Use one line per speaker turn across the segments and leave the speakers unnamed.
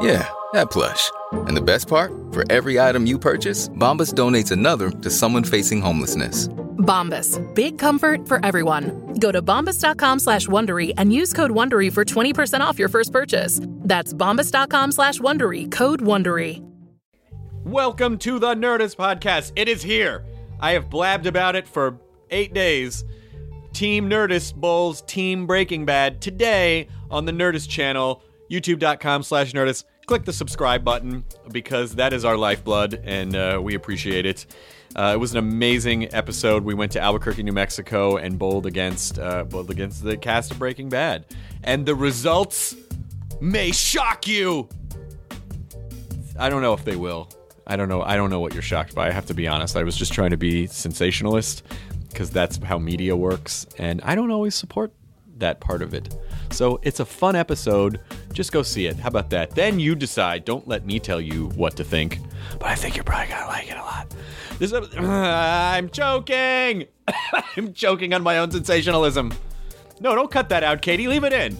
Yeah, that plush. And the best part? For every item you purchase, Bombas donates another to someone facing homelessness.
Bombas. Big comfort for everyone. Go to bombas.com slash Wondery and use code Wondery for 20% off your first purchase. That's bombas.com slash Wondery. Code Wondery.
Welcome to the Nerdist Podcast. It is here. I have blabbed about it for eight days. Team Nerdist bowls Team Breaking Bad today on the Nerdist channel, youtube.com slash Nerdist. Click the subscribe button because that is our lifeblood and uh, we appreciate it. Uh, it was an amazing episode. We went to Albuquerque, New Mexico, and bowled against uh, bowled against the cast of Breaking Bad, and the results may shock you. I don't know if they will. I don't know. I don't know what you're shocked by. I have to be honest. I was just trying to be sensationalist because that's how media works, and I don't always support that part of it. So it's a fun episode. Just go see it. How about that? Then you decide. Don't let me tell you what to think. But I think you're probably gonna like it a lot. This ep- I'm joking. I'm joking on my own sensationalism. No, don't cut that out, Katie. Leave it in.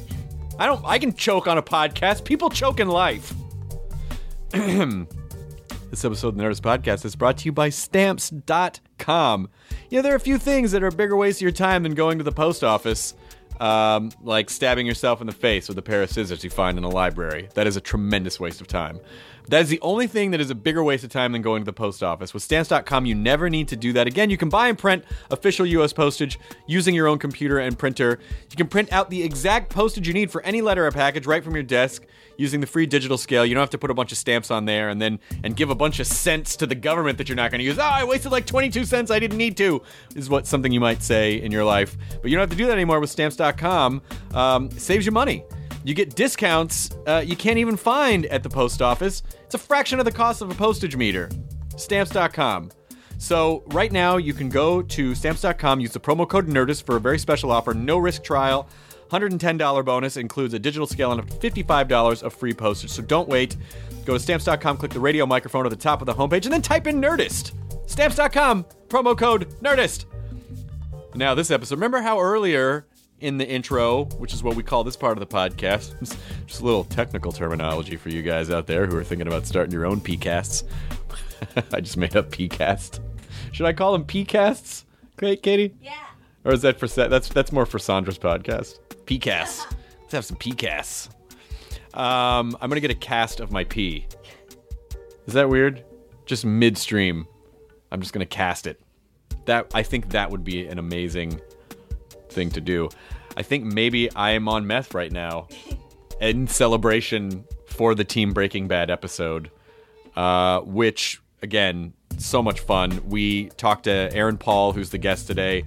I don't. I can choke on a podcast. People choke in life. This episode of the Nerdist Podcast is brought to you by Stamps.com. Yeah, there are a few things that are a bigger waste of your time than going to the post office, um, like stabbing yourself in the face with a pair of scissors you find in a library. That is a tremendous waste of time. That is the only thing that is a bigger waste of time than going to the post office. With Stamps.com, you never need to do that again. You can buy and print official U.S. postage using your own computer and printer. You can print out the exact postage you need for any letter or package right from your desk using the free digital scale. You don't have to put a bunch of stamps on there and then and give a bunch of cents to the government that you're not going to use. Oh, I wasted like 22 cents. I didn't need to. Is what something you might say in your life, but you don't have to do that anymore with stamps.com. Um, saves you money. You get discounts uh, you can't even find at the post office. It's a fraction of the cost of a postage meter. Stamps.com. So right now you can go to stamps.com, use the promo code Nerdist for a very special offer, no risk trial. $110 bonus includes a digital scale and up to $55 of free postage. So don't wait. Go to stamps.com, click the radio microphone at the top of the homepage, and then type in Nerdist. Stamps.com, promo code Nerdist. Now, this episode, remember how earlier in the intro, which is what we call this part of the podcast, just a little technical terminology for you guys out there who are thinking about starting your own PCasts. I just made up PCast. Should I call them PCasts? Great, Katie? Yeah. Or is that for Sa- that's that's more for Sandra's podcast? PCasts. Let's have some PCasts. Um, I'm gonna get a cast of my pee. Is that weird? Just midstream, I'm just gonna cast it. That I think that would be an amazing thing to do. I think maybe I am on meth right now in celebration for the Team Breaking Bad episode, uh, which again, so much fun. We talked to Aaron Paul, who's the guest today.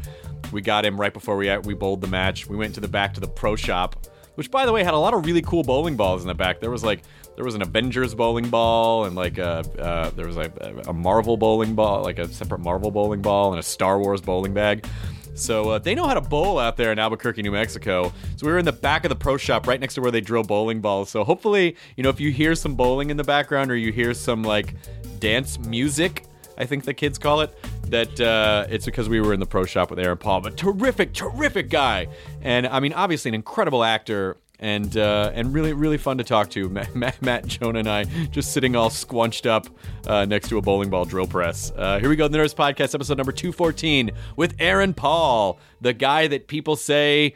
We got him right before we we bowled the match. We went to the back to the pro shop, which by the way had a lot of really cool bowling balls in the back. There was like there was an Avengers bowling ball and like a uh, there was like a Marvel bowling ball, like a separate Marvel bowling ball and a Star Wars bowling bag. So uh, they know how to bowl out there in Albuquerque, New Mexico. So we were in the back of the pro shop, right next to where they drill bowling balls. So hopefully, you know, if you hear some bowling in the background or you hear some like dance music, I think the kids call it, that uh, it's because we were in the pro shop with Aaron Paul. But terrific, terrific guy, and I mean, obviously an incredible actor. And, uh, and really, really fun to talk to. Matt, Matt, Matt, Jonah, and I just sitting all squunched up uh, next to a bowling ball drill press. Uh, here we go, the Nerds Podcast, episode number 214, with Aaron Paul, the guy that people say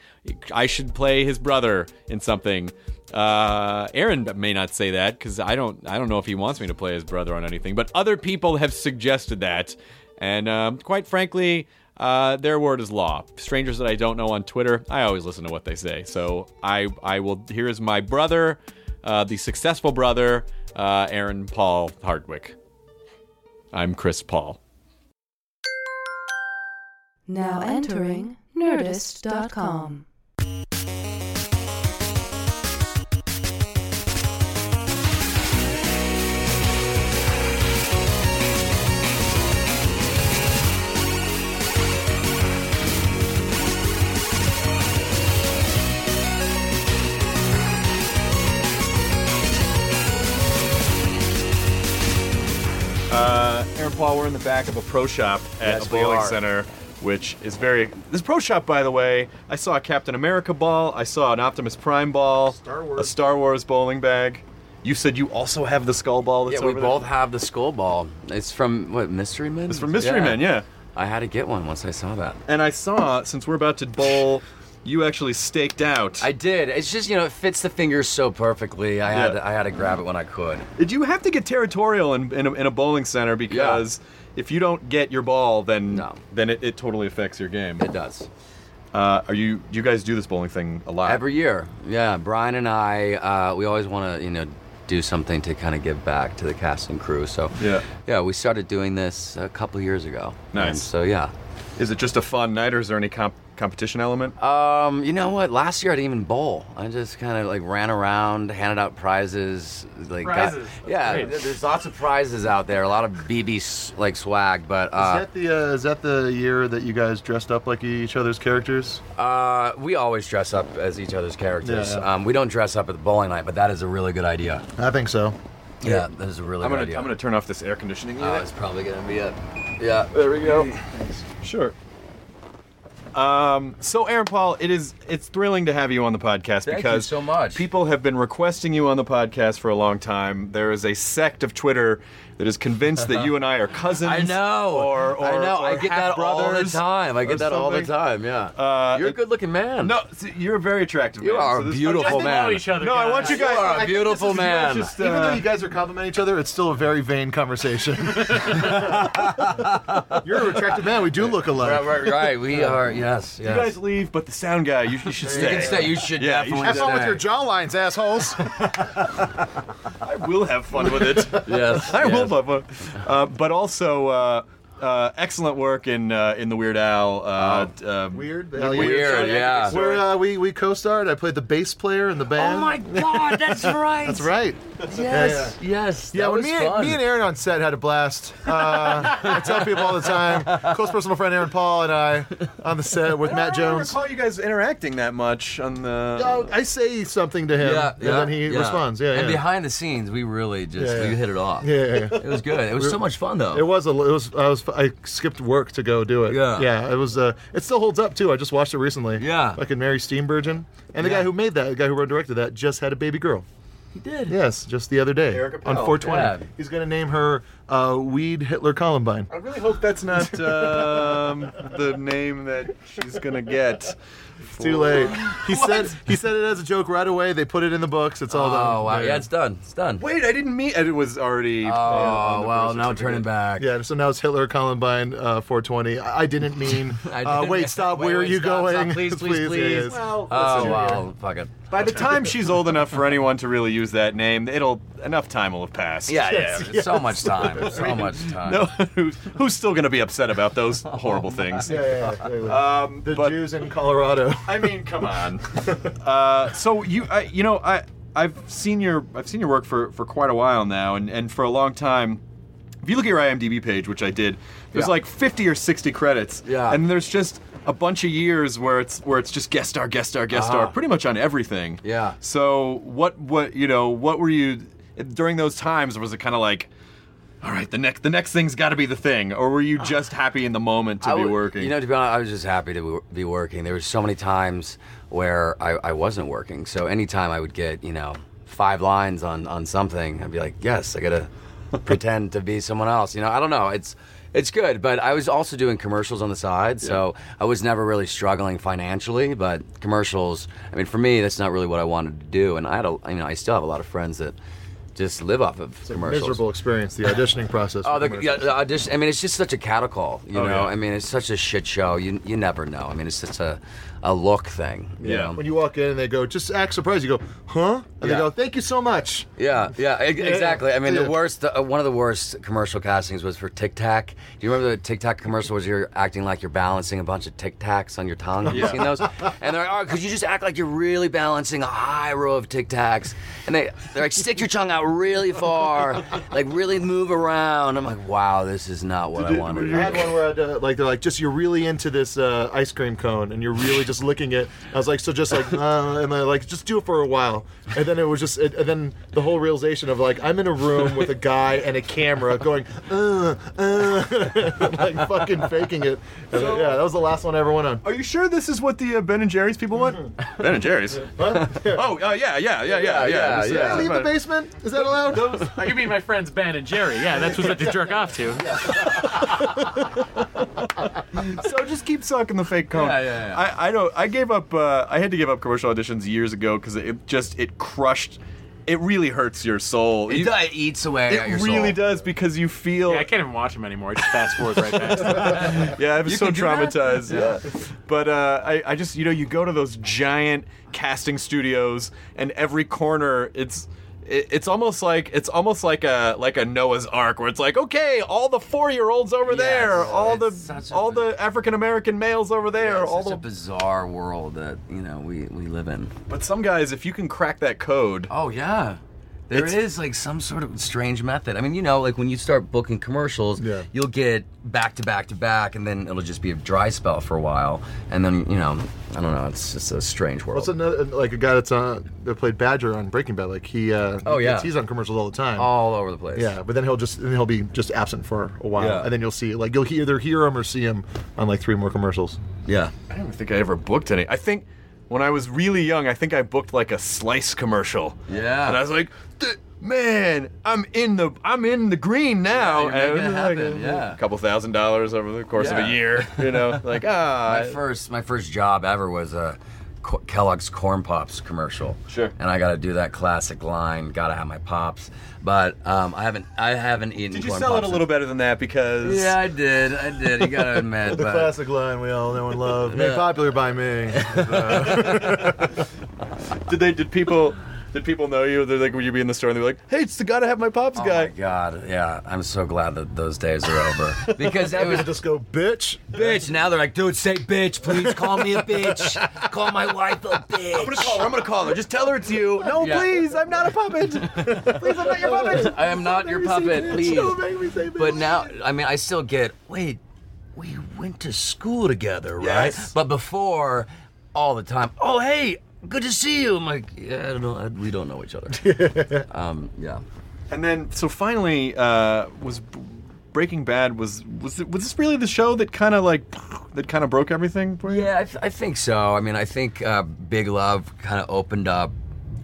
I should play his brother in something. Uh, Aaron may not say that because I don't, I don't know if he wants me to play his brother on anything, but other people have suggested that. And um, quite frankly, Uh, their word is law. Strangers that I don't know on Twitter, I always listen to what they say. So I, I will. Here is my brother, uh, the successful brother, uh, Aaron Paul Hardwick. I'm Chris Paul.
Now entering Nerdist.com.
Uh, Aaron Paul, we're in the back of a pro shop at
Yes,
a
we
bowling
are.
center, which is very. This pro shop, by the way, I saw a Captain America ball, I saw an Optimus Prime ball, Star Wars. a Star Wars bowling bag. You said you also have the skull ball. That's
Yeah, we
over there?
both have the skull ball. It's from what Mystery Men.
It's from Mystery Men, yeah.
I had to get one once I saw that.
And I saw, since we're about to bowl, you actually staked out.
I did. It's just you know it fits the fingers so perfectly. I had
Yeah.
to, I had to grab it when I could.
Did you have to get territorial in, in, a, in a bowling center because if you don't get your ball, then
No.
then it, it totally affects your game.
It does.
Uh, are you? Do you guys do this bowling thing a lot?
Every year, yeah. Brian and I, uh, we always want to, you know, do something to kind of give back to the cast and crew. So
Yeah.
yeah. We started doing this a couple years ago.
Nice.
And so yeah.
Is it just a fun night, or is there any comp- competition element?
Um, you know what? Last year I didn't even bowl. I just kind of like ran around, handed out prizes. Like got-
Prizes? That's
yeah.
great.
th- There's lots of prizes out there. A lot of BB s- like swag, but uh,
Is that the uh, is that the year that you guys dressed up like each other's characters?
Uh, we always dress up as each other's characters.
Yeah, yeah.
Um, we don't dress up at the bowling night, but that is a really good idea.
I think so.
Yeah, that is a really
I'm
good
gonna
idea.
I'm gonna turn off this air conditioning
Oh,
unit.
it's probably gonna be it. Yeah.
there we go. Sure. Um, so Aaron Paul, it is it's thrilling to have you on the podcast
Thank you
because
so much.
people have been requesting you on the podcast for a long time. There is a sect of Twitter that is convinced that you and I are cousins.
I know.
Or, or
I know. I
or
get that all the
half-brothers
time. I
or
get that all the
something.
time. Yeah.
Uh,
You're a
it-
good-looking man.
No, see, you're a very attractive.
You
man,
are
so
a
this-
beautiful
I'm just-
man.
know each other.
No, I want you
You
guys.
are
I
a
think this
beautiful
is uh,
man.
just,
Even though
uh,
you guys are complimenting each other, it's still a very vain conversation. You're an attractive man. We do look alike.
Right, right, right. We are. Yes. Yes.
You guys leave, but the sound guy, you, you should
You
stay.
can stay. You should
Yeah, you
definitely
should
Have fun with your
stay.
jawlines, assholes.
I will have fun with it.
Yes.
I
yes.
will have fun. Uh, but also, uh, uh, excellent work in uh, in the Weird Al. Uh, t- um,
Weird.
Weird. Yeah.
Where uh, we we co-starred. I played the bass player in the band.
Oh my God, that's right.
That's right.
Yes. Yes.
Yeah,
that
when
was
me,
fun.
and, me and Aaron on set had a blast. Uh, I tell people all the time. Close personal friend Aaron Paul and I on the set with Matt
I don't
Jones.
recall you guys interacting that much on the.
Oh, I say something to him,
Yeah,
and
yeah,
then he
yeah.
responds. Yeah,
And
yeah.
behind the scenes, we really just
Yeah, yeah.
we hit it off.
Yeah, yeah, yeah.
It was good. It was so much fun though.
It was a. It was. I was. I skipped work to go do it.
Yeah.
Yeah. It was. Uh, it still holds up too. I just watched it recently.
Yeah.
Fucking Mary Steenburgen, and the guy who made that, the guy who wrote and directed that, just had a baby girl.
He did.
Yes, just the other day
Erica
on
Powell.
420.
Yeah.
He's gonna name her uh, Weed Hitler Columbine.
I really hope that's not um, the name that she's gonna get.
It's too late. He said. He said it as a joke right away. They put it in the books. It's all done.
Oh wow. Yeah, it's done. It's done.
Wait, I didn't mean it. Was already.
Oh well, now turn it back.
Yeah, so now it's Hitler Columbine uh, 420. I I didn't mean.
I
uh,
didn't-
wait, stop.
wait,
where
wait,
are you
stop, stop.
going?
Please, please,
yeah,
please.
yes.
Well,
Oh wow. Fuck it.
By the time she's old enough for anyone to really use that name, it'll enough time will have passed.
Yeah, yeah. So much time. So much time.
No, who's, who's still going to be upset about those horrible things?
Yeah, yeah, yeah, yeah.
Um,
the
but-
Jews in Colorado.
I mean, come on. uh, so you, I, you know, I, I've seen your, I've seen your work for, for quite a while now, and, and for a long time. If you look at your IMDb page, which I did, there's
Yeah.
like 50 or 60 credits,
Yeah.
and there's just a bunch of years where it's where it's just guest star, guest star, guest star,
Uh-huh.
pretty much on everything.
Yeah.
So what, what, you know, what were you during those times? Was it kind of like? All right, the next the next thing's got to be the thing, or were you just happy in the moment to
I
be
w-
working?
You know, to be honest, I was just happy to w- be working. There were so many times where I, I wasn't working. So anytime I would get, you know, five lines on, on something, I'd be like, yes, I gotta pretend to be someone else. You know, I don't know. It's it's good, but I was also doing commercials on the side, so I was never really struggling financially. But commercials, I mean, for me, that's not really what I wanted to do. And I had, a, you know, I still have a lot of friends that just live off of commercials.
Miserable experience. The auditioning process.
Oh,
with
the, yeah,
commercials.
the audition. I mean, it's just such a cattle call, you
Oh,
know.
yeah.
I mean, it's such a shit show. You you never know. I mean, it's just a, a look thing. you know?
When you walk in and they go, just act surprised. You go, huh? And they
Yeah.
go, thank you so much.
Yeah, yeah, e- exactly. I mean,
Yeah.
the worst, the, uh, one of the worst commercial castings was for Tic Tac. Do you remember the Tic Tac commercial? Was you're acting like you're balancing a bunch of Tic Tacs on your tongue? Have you seen those? And they're like, "Oh, could you just act like you're really balancing a high row of Tic Tacs?" And they they're like, "Stick your tongue out really far, like really move around." I'm like, "Wow, this is not what I wanted."
I had one where I had to, like they're like just you're really into this uh, ice cream cone and you're really just licking it. I was like so just like uh, and I like just do it for a while and then it was just it, and then the whole realization of like I'm in a room with a guy and a camera going uh, uh, like fucking faking it. And, uh, yeah, that was the last one I ever went on.
Are you sure this is what the uh, Ben and Jerry's people want?
Ben and Jerry's.
oh, uh, yeah, yeah, yeah, yeah, yeah.
Mm-hmm. yeah,
This is- uh,
yeah.
Can I leave the basement? Is that allowed?
you mean my friends Ben and Jerry? Yeah, that's what they jerk off to.
So just keep sucking the fake cone.
Yeah, yeah, yeah.
I, I don't. I gave up. Uh, I had to give up commercial auditions years ago because it just it crushed. It really hurts your soul.
It,
You-
do- it eats away at
it
your
really
soul.
does because you feel.
Yeah, I can't even watch them anymore. I just fast forward right back. to them.
Yeah, I was
You
so
can do that?
traumatized. Yeah. But uh, I, I just, you know, you go to those giant casting studios, and every corner, it's. it- It's almost like it's almost like a like a Noah's Ark where it's like okay all the four year olds over there
Yes,
all the
it's such a
all
biz-
the African American males over there
It's
all
such a
the
bizarre world that you know we, we live in.
but some guys if you can crack that code
Oh yeah. there is
It's-
like some sort of strange method. I mean, you know, like when you start booking commercials,
Yeah.
you'll get back to back to back, and then it'll just be a dry spell for a while, and then you know, I don't know. It's just a strange world.
What's another like a guy that's on that played Badger on Breaking Bad? Like he uh,
Oh, yeah.
he's on commercials all the time.
All over the place.
Yeah, but then he'll just then he'll be just absent for a while,
Yeah.
and then you'll see like you'll he- either hear him or see him on like three more commercials.
yeah.
I don't think I ever booked any. I think when I was really young, I think I booked like a slice commercial.
Yeah.
And I was like, "Th- man, I'm in the I'm in the green now.
Yeah, you're making
and
it
was
happen, yeah.
A couple thousand dollars over the course of
Yeah.
a year. You know, like
My
ah.
first, my first job ever was a Co- Kellogg's Corn Pops commercial.
Sure.
And I got to do that classic line. Got to have my pops. But um, I haven't, I haven't eaten.
Did you
corn
sell it
pops
a
in-
little better than that? Because
Yeah, I did. I did. You gotta admit,
The
but
classic line we all know and love, made popular by me.
did they did people did people know you? They're like, would you be in the store and they're like, hey, it's the gotta have my pops
oh
guy.
my god, yeah. I'm so glad that those days are over because that was
just go, bitch.
bitch. Now they're like, dude, say bitch, please. Call me a bitch. Call my wife a
I'm
bitch.
gonna call her. I'm gonna call her. Just tell her it's you. No,
Yeah.
please. I'm not a puppet. please, I'm not your puppet.
I am not your puppet, please.
Don't make me say bitch.
But now, I mean, I still get. Wait, we went to school together, right?
Yes.
But before, all the time. Oh, hey. Good to see you. I'm like, yeah, I don't know. I, we don't know each other. um, yeah.
And then, so finally, uh, was Breaking Bad was was it, was this really the show that kind of like that kind of broke everything for you?
Yeah, I, th- I think so. I mean, I think uh, Big Love kind of opened up,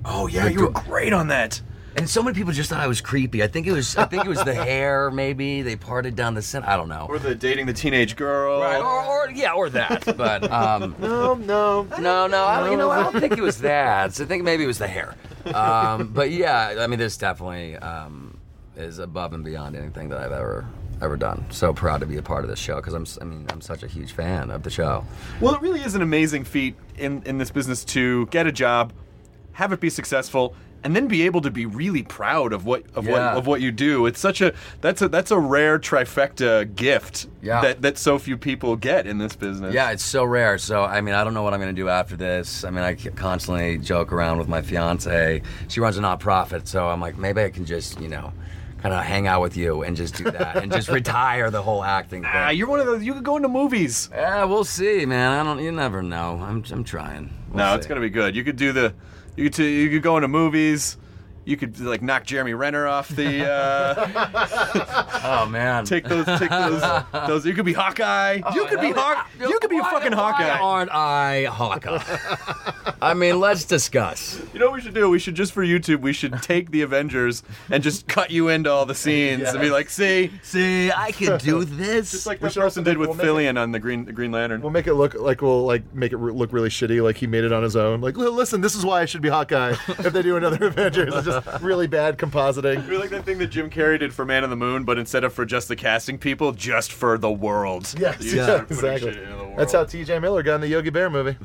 Oh yeah, you were great on that.
and so many people just thought I was creepy. I think it was, I think it was the hair. Maybe they parted down the center. I don't know.
Or the dating the teenage girl.
Right, or, or yeah, or that. But um,
no, no.
no, no, I don't, you know, I don't think it was that. So I think maybe it was the hair. Um, but yeah, I mean, this definitely um, is above and beyond anything that I've ever ever done. So proud to be a part of this show because I'm, s- I mean, I'm such a huge fan of the show.
Well, it really is an amazing feat in in this business to get a job, have it be successful, and then be able to be really proud of what of what
Yeah.
of what you do. It's such a that's a that's a rare trifecta gift
Yeah.
that that so few people get in this business.
Yeah, it's so rare. So I mean, I don't know what I'm going to do after this. I mean, I c- constantly joke around with my fiance. She runs a nonprofit, so I'm like, maybe I can just, you know, kind of hang out with you and just do that and just retire the whole acting thing.
Ah, you're one of those. You could go into movies.
yeah, we'll see, man. I don't. You never know. I'm. I'm trying. We'll
No,
see.
it's gonna be good. You could do the, you could, t- you could go into movies. You could like knock Jeremy Renner off the. Uh,
Oh man.
take those, take those, those. You could be Hawkeye.
Oh,
you could be Hawk. You could be a
Why-
fucking
why
Hawkeye.
Aren't I Hawkeye? I mean, let's discuss.
You know what we should do? We should just for YouTube. We should take the Avengers and just cut you into all the scenes and be like, see,
See, I could do this.
just like that person did with
we'll make it-
Fillion on the Green the Green Lantern.
We'll make it look like we'll like make it re- look really shitty, like he made it on his own. Like, "Li- listen, this is why I should be Hawkeye. If they do another Avengers, it's just really bad compositing.
We like that thing that Jim Carrey did for Man on the Moon, but instead of for just the casting people, just for the world.
Yes,
You
yeah,
started putting
exactly.
shit into the
That's how
world.
T.J. Miller got in the Yogi Bear movie.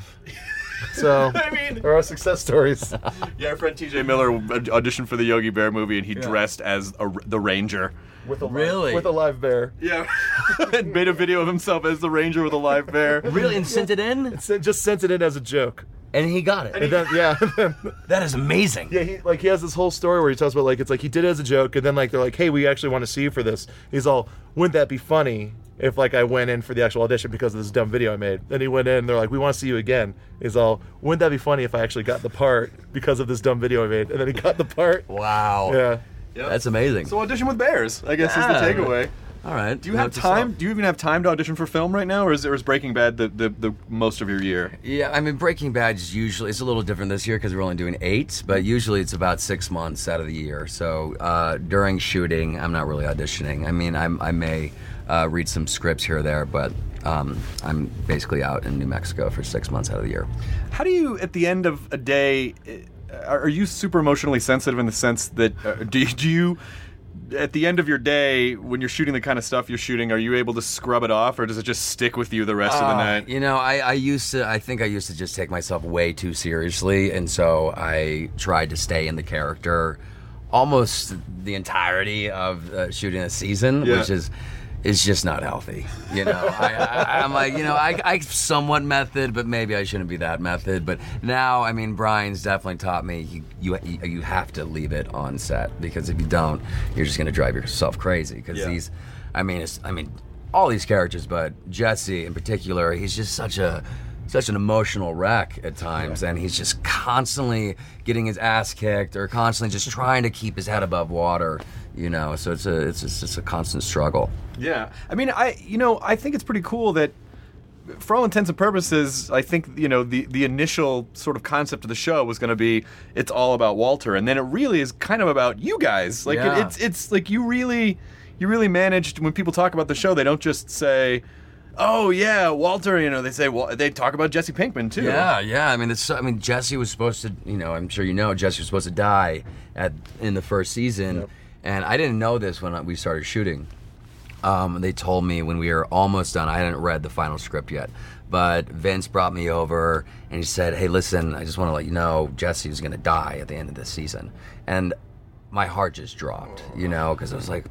So
I mean-
there are success stories.
Yeah, our friend T.J. Miller aud- auditioned for the Yogi Bear movie, and he dressed as a, the Ranger.
With a live,
Really?
with a live bear.
Yeah, and made a video of himself as the Ranger with a live bear.
Really, and sent it in,
Sen- Just sent it in as a joke.
and he got it.
And then yeah,
That is amazing.
yeah, he like he has this whole story where he talks about like it's like he did it as a joke, and then like they're like, hey, we actually want to see you for this. He's all, wouldn't that be funny if like I went in for the actual audition because of this dumb video I made? Then he went in, and they're like, we want to see you again. He's all, wouldn't that be funny if I actually got the part because of this dumb video I made? And then he got the part.
Wow.
Yeah.
That's amazing.
So audition with bears, I guess,
Yeah.
is the takeaway.
All right.
Do you have time? Do you even have time to audition for film right now, or is, or is Breaking Bad the, the, the most of your year?
Yeah, I mean, Breaking Bad is usually it's a little different this year because we're only doing eight, but usually it's about six months out of the year. So uh, during shooting, I'm not really auditioning. I mean, I'm, I may uh, read some scripts here or there, but um, I'm basically out in New Mexico for six months out of the year.
How do you, at the end of a day, uh, are are you super emotionally sensitive in the sense that uh, do you, do you, at the end of your day when you're shooting the kind of stuff you're shooting, are you able to scrub it off, or does it just stick with you the rest of the
Ah,
night?
You know, I, I used to, I think I used to just take myself way too seriously. And so I tried to stay in the character almost the entirety of uh, shooting a season,
Yeah.
which is. is just not healthy, you know. I, I, I'm like, you know, I, I somewhat method, but maybe I shouldn't be that method. But now, I mean, Brian's definitely taught me you you, you have to leave it on set because if you don't, you're just gonna drive yourself crazy. Because
Yeah.
these I mean, it's, I mean, all these characters, but Jesse in particular, he's just such a such an emotional wreck at times, and he's just constantly getting his ass kicked or constantly just trying to keep his head above water. You know, so it's a it's just, it's a constant struggle.
Yeah, I mean, I you know, I think it's pretty cool that, for all intents and purposes, I think you know the the initial sort of concept of the show was going to be it's all about Walter, and then it really is kind of about you guys. Like
Yeah.
it, it's it's like you really you really managed when people talk about the show, they don't just say. Oh yeah, Walter. You know they say well, they talk about Jesse Pinkman too.
Yeah, yeah. I mean, it's. I mean, Jesse was supposed to. You know, I'm sure you know. Jesse was supposed to die at in the first season, and I didn't know this when we started shooting. Um, they told me when we were almost done. I hadn't read the final script yet, but Vince brought me over and he said, "Hey, listen, I just want to let you know Jesse was going to die at the end of this season," and my heart just dropped. You know, because I was like,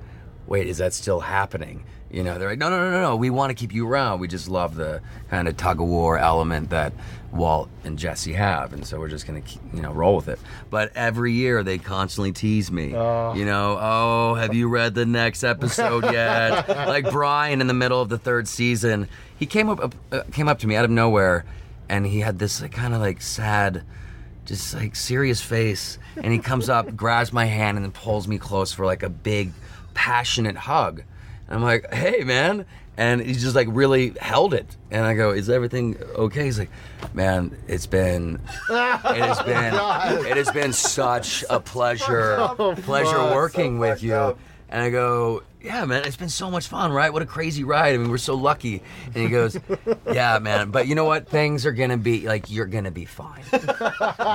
"Wait, is that still happening?" You know, they're like, "No, no, no, no, no. We want to keep you around. We just love the kind of tug of war element that Walt and Jesse have, and so we're just gonna, keep, you know, roll with it." But every year they constantly tease me. You know, oh, have you read the next episode yet? like Brian in the middle of the third season, he came up uh, came up to me out of nowhere, and he had this like, kind of like sad just like serious face and he comes up grabs my hand and then pulls me close for like a big passionate hug and i'm like hey man and he just like really held it and i go is everything okay he's like man it's been it has been it has been such a pleasure pleasure working with you and i go yeah man it's been so much fun right what a crazy ride i mean we're so lucky and he goes yeah man but you know what things are gonna be like you're gonna be fine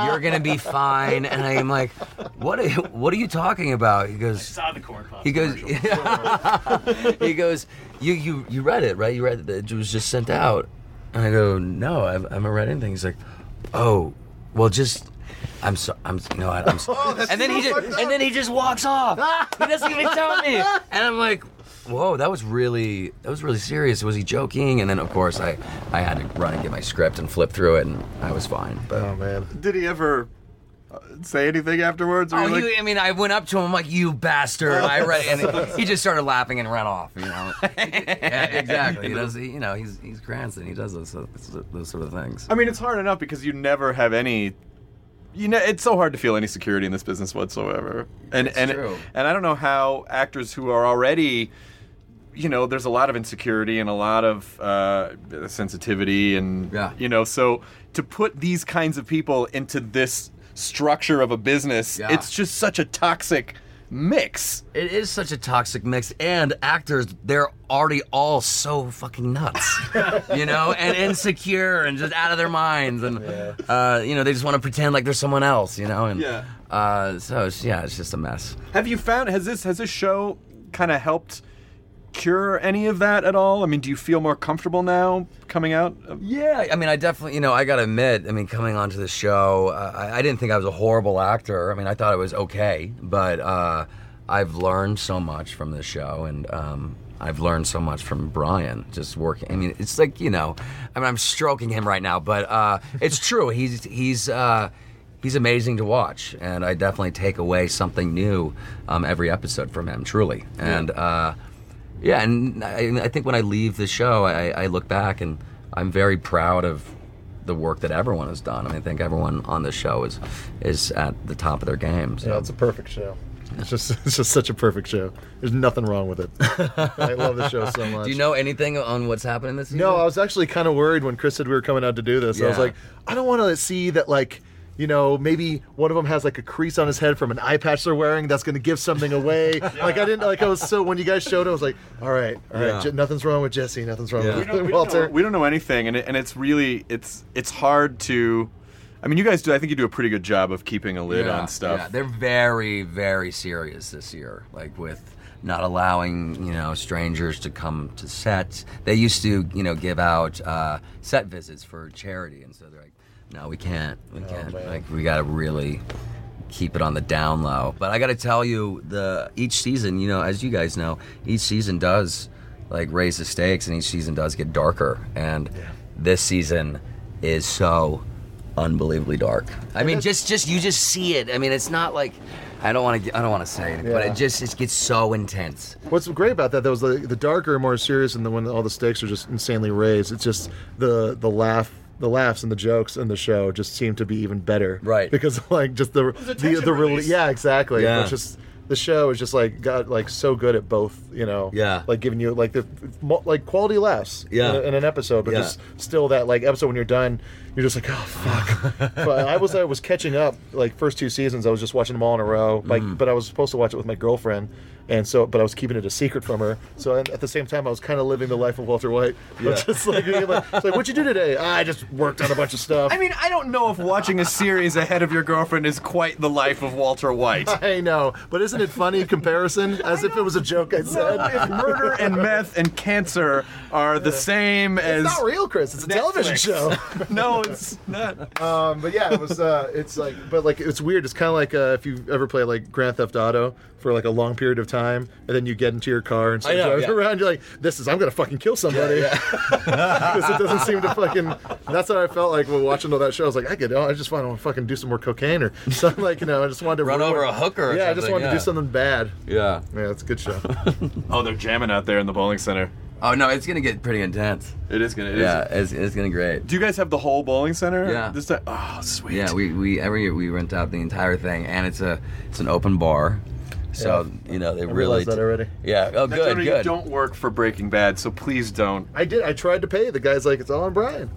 you're gonna be fine. And I'm like, what? Are, what are you talking about? He goes.
Saw Ah, the corn pop.
He goes. he goes. You you you read it right? You read it. It was just sent out. And I go, no, I haven't I haven't read anything. He's like, oh, well, just. I'm so I'm you know I, I'm so, and then he just and then he just walks off. He doesn't even tell me. And I'm like, whoa, that was really that was really serious. Was he joking? And then of course I I had to run and get my script and flip through it, and I was fine. But
Oh man.
Did he ever uh, say anything afterwards? Or
Oh,
you like,
you, I mean, I went up to him I'm like, "You bastard!" I read, and he just started laughing and ran off. You know, yeah, exactly. He does, you know, he's he's Cranston. He does those those sort of things.
I mean, it's hard enough because you never have any. You know, it's so hard to feel any security in this business whatsoever. And
It's
and
true.
and I don't know how actors who are already, you know, there's a lot of insecurity and a lot of uh, sensitivity and
Yeah.
you know, so to put these kinds of people into this structure of a business,
Yeah.
it's just such a toxic
mix.
It is such a toxic mix, and actors, they're already all so fucking nuts, you know, and insecure and just out of their minds. And, uh, you know, they just want to pretend like they're someone else, you know? And,
Yeah.
Uh, so, it's- yeah, it's just a mess.
Have you found has this has this show kind of helped cure any of that at all? I mean, do you feel more comfortable now coming out? of-
Yeah, I mean, I definitely, you know, I gotta admit, I mean, coming onto the show, uh, I, I didn't think I was a horrible actor. I mean, I thought I was okay, but uh, I've learned so much from this show, and um, I've learned so much from Brian just working. I mean, it's like you know, I mean, I'm stroking him right now, but uh, it's true. He's he's. Uh, He's amazing to watch, and I definitely take away something new um, every episode from him, truly. And uh, yeah, and I, and I think when I leave the show, I, I look back and I'm very proud of the work that everyone has done. I mean, I think everyone on the show is is at the top of their game. So.
Yeah, it's a perfect show. It's just it's just such a perfect show. There's nothing wrong with it. I love the show so much.
Do you know anything on what's happening this season?
No, I was actually kind of worried when Chris said we were coming out to do this. I was
Yeah.
like, I don't want to see that, like, you know, maybe one of them has like a crease on his head from an eye patch they're wearing that's going to give something away. Like, I didn't, like, I was so, when you guys showed, I was like, all right, all right,
Yeah.
Je- nothing's wrong with Jesse, nothing's wrong
We
with
don't, we don't
Walter.
know, we don't know anything, and it, and it's really it's it's hard to. I mean, you guys do. I think you do a pretty good job of keeping a lid
Yeah,
on stuff.
Yeah, they're very, very serious this year. Like with not allowing you know strangers to come to set. They used to you know give out uh, set visits for charity, and so they're like, no, we can't, we
Oh,
can't. like we got to really keep it on the down low. But I got to tell you, the each season, you know, as you guys know, each season does like raise the stakes, and each season does get darker. And this season is so unbelievably dark. I mean, just just you just see it. I mean, it's not like I don't want to I don't want to say it, but
Yeah.
it just it gets so intense.
What's great about that though is the, the darker and more serious, and the when all the stakes are just insanely raised. It's just the the laugh, the laughs, and the jokes in the show just seem to be even better.
Right.
Because like just the the the rele- yeah exactly.
Yeah.
It's just the show is just like got like so good at both. You know.
Yeah.
Like giving you like the mo- like quality laughs.
Yeah.
In, a- in an episode, but
Yeah.
just still that like episode when you're done, you're just like oh fuck. but I was I was catching up like first two seasons. I was just watching them all in a row. Like, but I was supposed to watch it with my girlfriend, and so but I was keeping it a secret from her. So and at the same time, I was kind of living the life of Walter White. Yeah. Just like, being like- it's like, what'd you do today? "Ah, I just worked on a bunch of stuff.
I mean, I don't know if watching a series ahead of your girlfriend is quite the life of Walter White.
I know, but isn't it funny in comparison? As if it was a joke I said.
if murder and meth and cancer are the same as
It's not real, Chris. It's a television show.
no, it's not.
Um, but yeah, it was. Uh, it's like, but like, it's weird. It's kind of like uh, if you ever play like Grand Theft Auto for like a long period of time, and then you get into your car and start
know,
driving
yeah.
around. You're like, this is. I'm gonna fucking kill somebody. Because it doesn't seem to fucking. That's how I felt like when watching all that show. I was like, I could. Oh, I just want to fucking do some more cocaine or something. Like, you know, I just wanted to
Run over a hooker or
yeah, I just
something,
wanted to
yeah.
do something bad.
Yeah.
Yeah, it's a good show.
Oh, they're jamming out there in the bowling center.
Oh no, it's gonna get pretty intense.
It is gonna. it is-
yeah, it's, it's gonna great.
Do you guys have the whole bowling center?
Yeah.
This time. Oh, sweet.
Yeah, we, we every year we rent out the entire thing, and it's a it's an open bar, so you know they really
realized that already.
Yeah. Oh,
That's
good,
already-
good.
Don't work for Breaking Bad, so please don't.
I did. I tried to pay. The guy's like, it's all on Brian.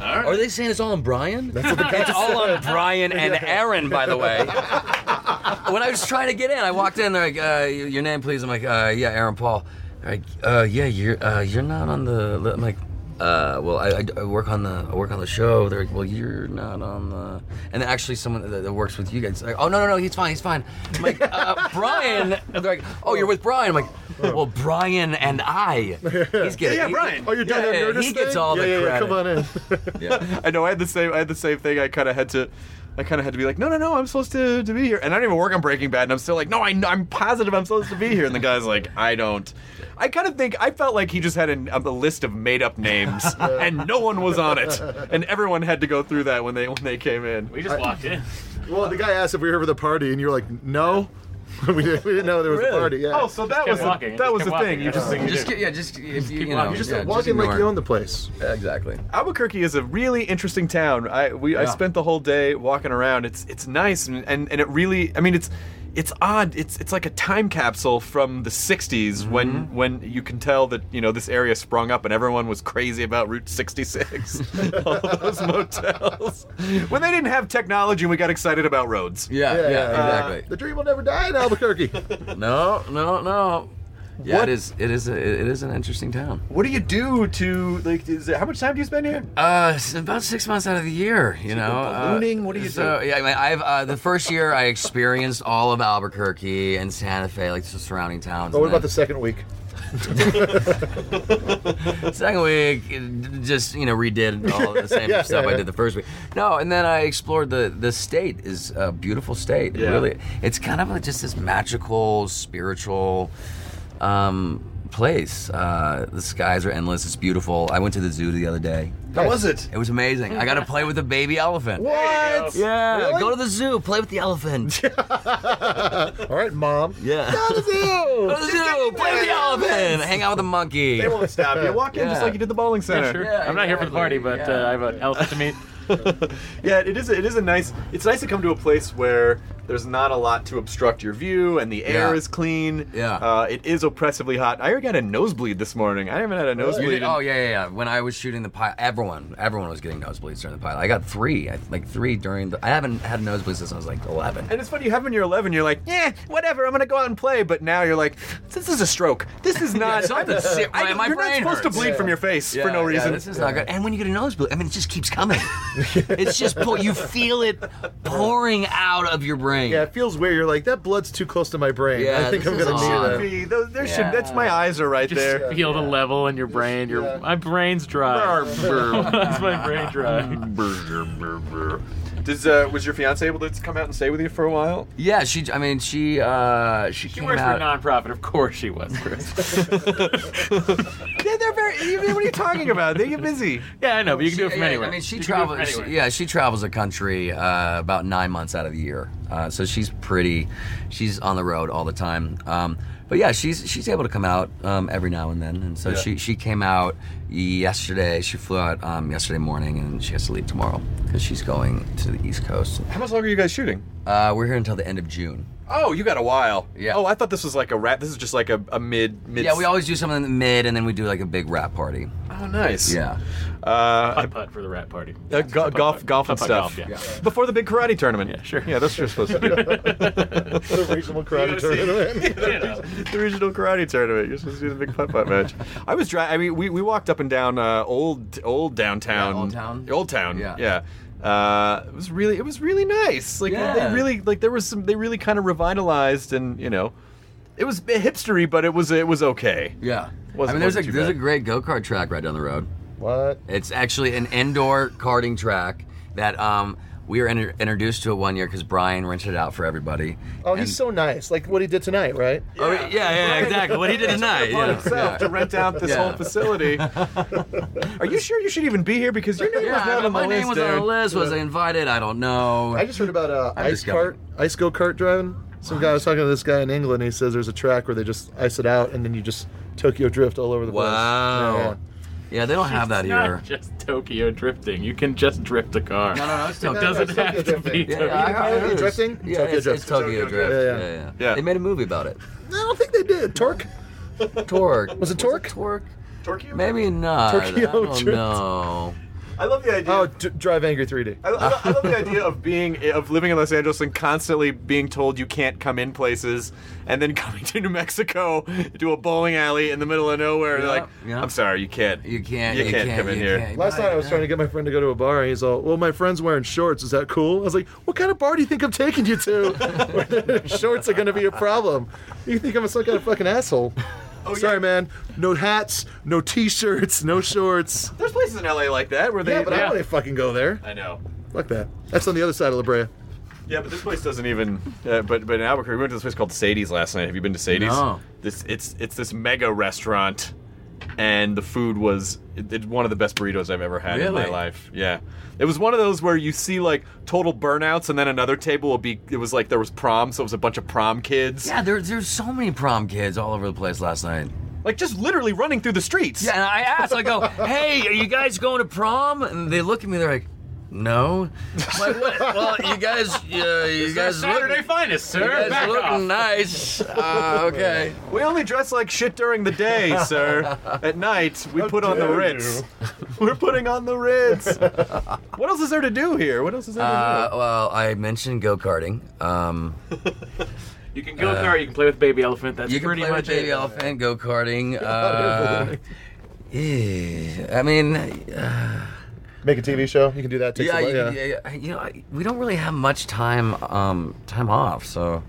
Are they saying it's all on Brian?
That's what the guy
It's all on Brian and Aaron, by the way. when I was trying to get in, I walked in. They're like, uh, y- "Your name, please." I'm like, uh, "Yeah, Aaron Paul." They're like, uh, "Yeah, you're uh, you're not on the." Li-. I'm like, uh, "Well, I, I d- I work on the I work on the show." They're like, "Well, you're not on the." And then actually, someone that, that works with you guys, like, "Oh no, no, no, he's fine, he's fine." I'm like, uh, "Brian," and they're like, "Oh, you're with Brian." I'm like, "Well, Brian and I." He's getting
Yeah, yeah, Brian.
Oh, you're done
Yeah,
that
yeah,
Nerdist
he gets
thing?
all
yeah,
the
yeah, yeah,
credit.
come on in.
I know. I had the same. I had the same thing. I kind of had to. I kind of had to be like, no, no, no, I'm supposed to, to be here, and I don't even work on Breaking Bad, and I'm still like, no, I, kn- I'm positive I'm supposed to be here, and the guy's like, I don't. I kind of think I felt like he just had an, a list of made up names, and no one was on it, and everyone had to go through that when they when they came in.
We just walked in.
Well, the guy asked if we were here for the party, and you're like, no. we, didn't, we didn't know there was a party. Yeah.
Oh, so that
kept
was the-
walking,
that
just
was
kept
the
walking,
thing. You
yeah.
just think
Just get, yeah, just if you, you know,
walking. Just
yeah,
walking like
ignore
you
him.
own the place.
Yeah, Exactly.
Albuquerque is a really interesting town. I we I
Yeah.
spent the whole day walking around. It's it's nice and, and and it really I mean it's it's odd. It's it's like a time capsule from the '60s when when you can tell that you know this area sprung up and everyone was crazy about Route 66, all those motels when they didn't have technology and we got excited about roads.
the dream will never die in Albuquerque.
no, no, no. Yeah,
What-
it is. It is. A, it is an interesting town.
What do you do to like? Is it, how much time do you spend here?
Uh, it's about six months out of the year. You know, uh,
ballooning? What do you
so,
do?
Yeah, I mean, I've uh, the first year I experienced all of Albuquerque and Santa Fe, like the surrounding towns.
But what
and
about the second week?
Second week, it just you know, redid all the same
Yeah,
stuff
yeah,
I
yeah.
did the first week. No, and then I explored the the state is a beautiful state. It
Yeah.
Really, it's kind of like just this magical, spiritual um, place. Uh, the skies are endless. It's beautiful. I went to the zoo the other day.
How was it?
It was amazing. I got to play with a baby elephant.
What?
Yeah, go to the zoo, play with the elephant.
All right, mom.
Yeah.
Go to the zoo.
Go to the zoo, play with the elephant, hang out with the monkey.
They won't stop you. Walk in just
Yeah.
like you did the bowling center.
Yeah, sure. I'm not here for the party, but uh, I have an elephant to meet.
yeah, it is. It is a nice. It's nice to come to a place where there's not a lot to obstruct your view, and the air
Yeah.
is clean.
Yeah.
Uh, it is oppressively hot. I already got a nosebleed this morning. I haven't had a
You
nosebleed.
did- oh yeah, yeah, yeah. When I was shooting the pilot, everyone, everyone was getting nosebleeds during the pilot. I got three, I, like three during the. I haven't had nosebleeds since I was like 11.
And it's funny. You have when you're 11, you're like, yeah, whatever. I'm gonna go out and play. But now you're like, this is a stroke. This is not.
something ser-
I don't-
my- my
you're not
brain
supposed
hurts.
to bleed
Yeah.
from your face
Yeah,
for no
yeah,
reason.
this is not good. And when you get a nosebleed, I mean, it just keeps coming. it's just pour- you feel it pouring out of your brain.
Yeah, it feels weird. You're like that blood's too close to my brain.
Yeah,
I think
this
I'm
is
gonna
odd.
need that.
Gee, those- there should.
Yeah.
That's my eyes are right
Just
there.
feel the level in your brain. Your my brain's dry. That's my brain dry.
Does uh, was your fiance able to come out and stay with you for a while?
Yeah, she. I mean, she. Uh, she,
She
came
works for a
out.
nonprofit, of course she was. Chris.
Yeah, they're very. What are you talking about? They get busy.
yeah, I know, but you can do it
Yeah,
from
yeah,
anywhere.
I mean, she
You can do it from
travels.
anywhere.
she- yeah, she travels the country uh, about nine months out of the year, uh, so she's pretty. She's on the road all the time. Um, but yeah, she's she's able to come out um, every now and then, and so she she came out yesterday. She flew out um, yesterday morning, and she has to leave tomorrow because she's going to the East Coast.
How much longer are you guys shooting?
Uh, we're here until the end of June.
Oh, you got a while.
Yeah.
Oh, I thought this was like a rat. This is just like a, a mid mid.
Yeah, we always do something in the mid, and then we do like a big rap party.
Oh, nice.
Yeah.
Uh,
putt putt for the rat party.
uh, go- golf, golf and
Putt-putt golf,
stuff.
yeah.
Before the big karate tournament. Yeah,
sure.
Yeah, that's what you're supposed to
the regional karate tournament.
do. the regional karate tournament. You're supposed to do the big putt putt match. I was dry. I mean, we, we walked up and down uh, old old downtown.
Yeah, Old Town.
Old town.
Yeah.
Yeah. Uh, it was really it was really nice. Like
Yeah.
they really like there was some they really kind of revitalized and you know, it was hipstery, but it was it was okay.
Yeah. I
Wasn't-
mean, there's a
wasn't too
there's a
bad.
great go kart track right down the road.
what?
It's actually an indoor karting track that um, we were inter- introduced to it one year because Brian rented it out for everybody.
Oh, he's so nice. Like what he did tonight, right?
Oh, yeah, yeah, yeah, exactly. What he did tonight. you
upon
know.
himself to rent out this
Yeah.
whole facility. Are you sure you should even be here? Because your name
Yeah,
was not
I
on
mean,
the
my
list.
name was
dude.
on the list. Was I invited? I don't know.
I just heard about uh,
I'm
ice
discovered.
cart, ice go kart driving. Some guy I was talking to this guy in England. And he says there's a track where they just ice it out and then you just Tokyo drift all over the place.
Wow.
Yeah, yeah.
yeah, they don't have that
it's
here.
not just Tokyo drifting. You can just drift a car.
No, no, no. It's
It
Tokyo.
doesn't
Tokyo
have to be
drifting.
Yeah,
Tokyo.
yeah, I- I-
Tokyo
it is.
drifting?
Yeah,
Tokyo
it's,
drift.
it's Tokyo Drift.
Yeah, yeah.
Yeah, yeah.
Yeah.
They made a movie about it.
I don't think they did. Torque?
Torque.
Was it Torque?
Torque. Maybe not.
Tokyo
I don't
Drift.
know.
I love the idea.
Oh, d- Drive Angry 3D.
I, I, I love the idea of being of living in Los Angeles and constantly being told you can't come in places, and then coming to New Mexico to a bowling alley in the middle of nowhere. and
Yeah,
they're like,
yeah.
I'm sorry, you can't.
You can't.
You can't come in
you
here.
can't.
Last night I was trying to get my friend to go to a bar, and he's all, "Well, my friend's wearing shorts. Is that cool?" I was like, "What kind of bar do you think I'm taking you to? shorts are going to be a problem. You think I'm some kind of fucking asshole?" Sorry, man. No hats, no t-shirts, no shorts.
There's places in LA like that where they.
Yeah, but I wouldn't fucking go there.
I know.
Fuck that. That's on the other side of La Brea.
Yeah, but this place doesn't even. Uh, but but in Albuquerque, we went to this place called Sadie's last night. Have you been to Sadie's?
No.
This it's it's this mega restaurant, and the food was it, it's one of the best burritos I've ever had in my
Really?
life. Yeah, it was one of those where you see like total burnouts, and then another table will be. It was like there was prom, so it was a bunch of prom kids,
Yeah, there, there's so many prom kids all over the place last night.
like just literally running through the streets.
Yeah, and I asked, I go, hey, are you guys going to prom? And they look at me, they're like, no. Like, what? Well, you guys, uh, you guys
Saturday
look,
finest, sir.
You guys
Back
look
off.
nice. Uh, okay.
We only dress like shit during the day, sir. At night, we put on the
dare
Ritz. We're putting on the Ritz. what else is there to do here? What else is there
Uh, well, I mentioned go karting. Um,
You can go kart. You can play with baby elephant. That's
you can
pretty
play
much
with baby
it.
elephant, go karting. Uh, eh, I mean, uh,
Make a TV show. You can do that. Takes
yeah,
a, lot-
yeah, yeah, yeah. You know, I, we don't really have much time um, time off, so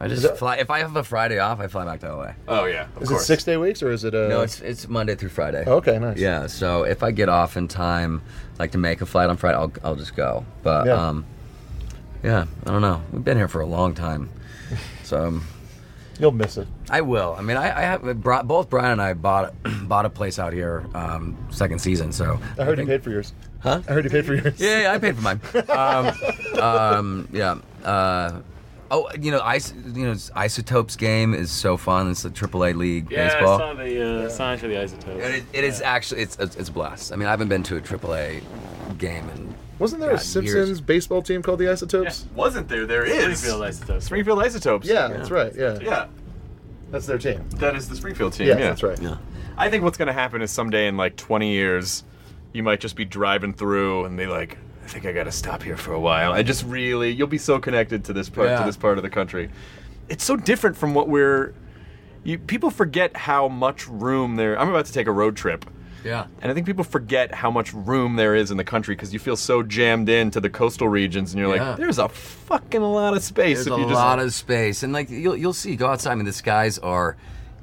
I just fly. If I have a Friday off, I fly back to LA.
Oh yeah,
Is it six day weeks or is it? Uh,
No, it's it's Monday through Friday.
Oh, okay, nice.
Yeah, so if I get off in time, like to make a flight on Friday, I'll I'll just go. But
Yeah.
um, yeah, I don't know. We've been here for a long time, so. um,
You'll miss it.
I will. I mean, I, I have Bri- both Brian and I bought bought a place out here, um, second season. So
I heard you paid for yours.
Huh?
I heard you paid for yours.
Yeah, yeah, I paid for mine. Um, um, yeah. Uh, oh, you know, is- you know, Isotopes game is so fun. It's the AAA league
Yeah, I
baseball.
saw the uh, sign for the isotope.
And it, it is actually it's, it's it's a blast. I mean, I haven't been to a AAA game in
Wasn't there a
God,
Simpsons
years.
baseball team called the Isotopes?
Wasn't there? There is
Springfield isotopes.
Springfield Isotopes.
Yeah, that's right. Yeah.
Yeah,
that's their team.
that is the Springfield team.
Yeah,
yeah.
that's right.
Yeah.
I think what's gonna happen is someday in like 20 years, you might just be driving through and be like, I think I gotta stop here for a while. I just really, you'll be so connected to this part
Yeah.
to this part of the country. It's so different from what we're. You, people forget how much room there. I'm about to take a road trip.
Yeah.
And I think people forget how much room there is in the country because you feel so jammed into the coastal regions, and you're
Yeah.
like, "There's a fucking lot of space."
There's
if
a
you just,
lot of space, and like you'll you'll see, go outside. I mean, the skies are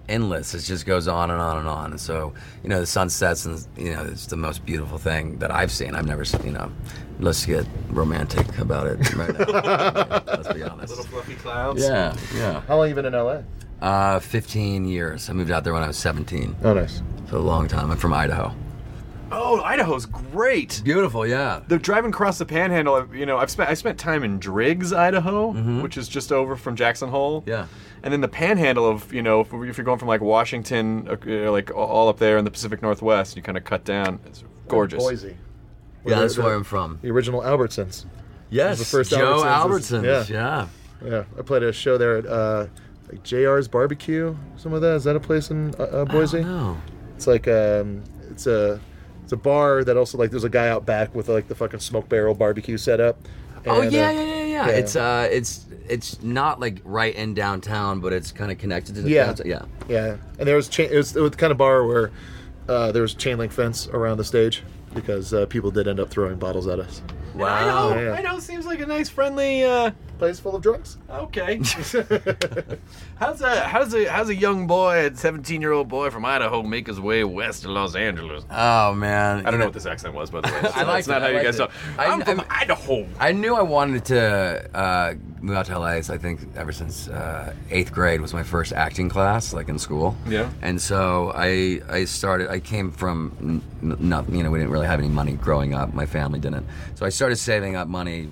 endless. It just goes on and on and on. And so you know, the sun sets, and you know, it's the most beautiful thing that I've seen. I've never seen. You know, let's get romantic about it right now. let's be honest.
fluffy clouds.
Yeah, yeah.
How long you been in LA?
Uh, 15 years. I moved out there when I was 17.
Oh, nice.
So a long time. I'm from Idaho.
Oh, Idaho's great.
Beautiful, yeah.
The driving across the Panhandle, I've- you know, I've spent I spent time in Driggs, Idaho, which is just over from Jackson Hole.
Mm-hmm. Yeah.
And then the Panhandle of you know, if, if you're going from like Washington, uh, you know, like a- all up there in the Pacific Northwest, you kind of cut down. It's gorgeous.
Boise.
Yeah,
the-
that's
the-
where I'm from.
The original Albertsons.
Yes,
the first
Joe
Albertsons.
Albertsons.
Yeah.
yeah.
Yeah, I played a show there at uh, like JR's Barbecue. Some of that is that a place in uh, uh, Boise?
No.
It's like um, it's a it's a bar that also like there's a guy out back with like the fucking smoke barrel barbecue setup.
Oh
And,
yeah,
uh,
yeah, yeah, yeah.
yeah.
It's uh, it's it's not like right in downtown, but it's kind of connected to the
Yeah.
downtown. Yeah.
yeah. And there was cha- it was, it was the kind of bar where uh, there was chain link fence around the stage because uh, people did end up throwing bottles at us.
Wow. Idaho,
Yeah.
Idaho seems like a nice, friendly. Uh,
Place full of drunks.
okay. how's a how's a how's a young boy, a 17 year old boy from Idaho, make his way west to Los Angeles?
Oh man.
I don't know what this accent was, by the way. That's
liked
not
it,
how
I
you
liked
guys
it.
talk.
I-
I'm from
I'm-
Idaho.
I knew I wanted to uh, move out to LA. So I think ever since uh, eighth grade was my first acting class, like in school.
Yeah.
And so I I started. I came from n- n- nothing. You know, we didn't really have any money growing up. My family didn't. So I started saving up money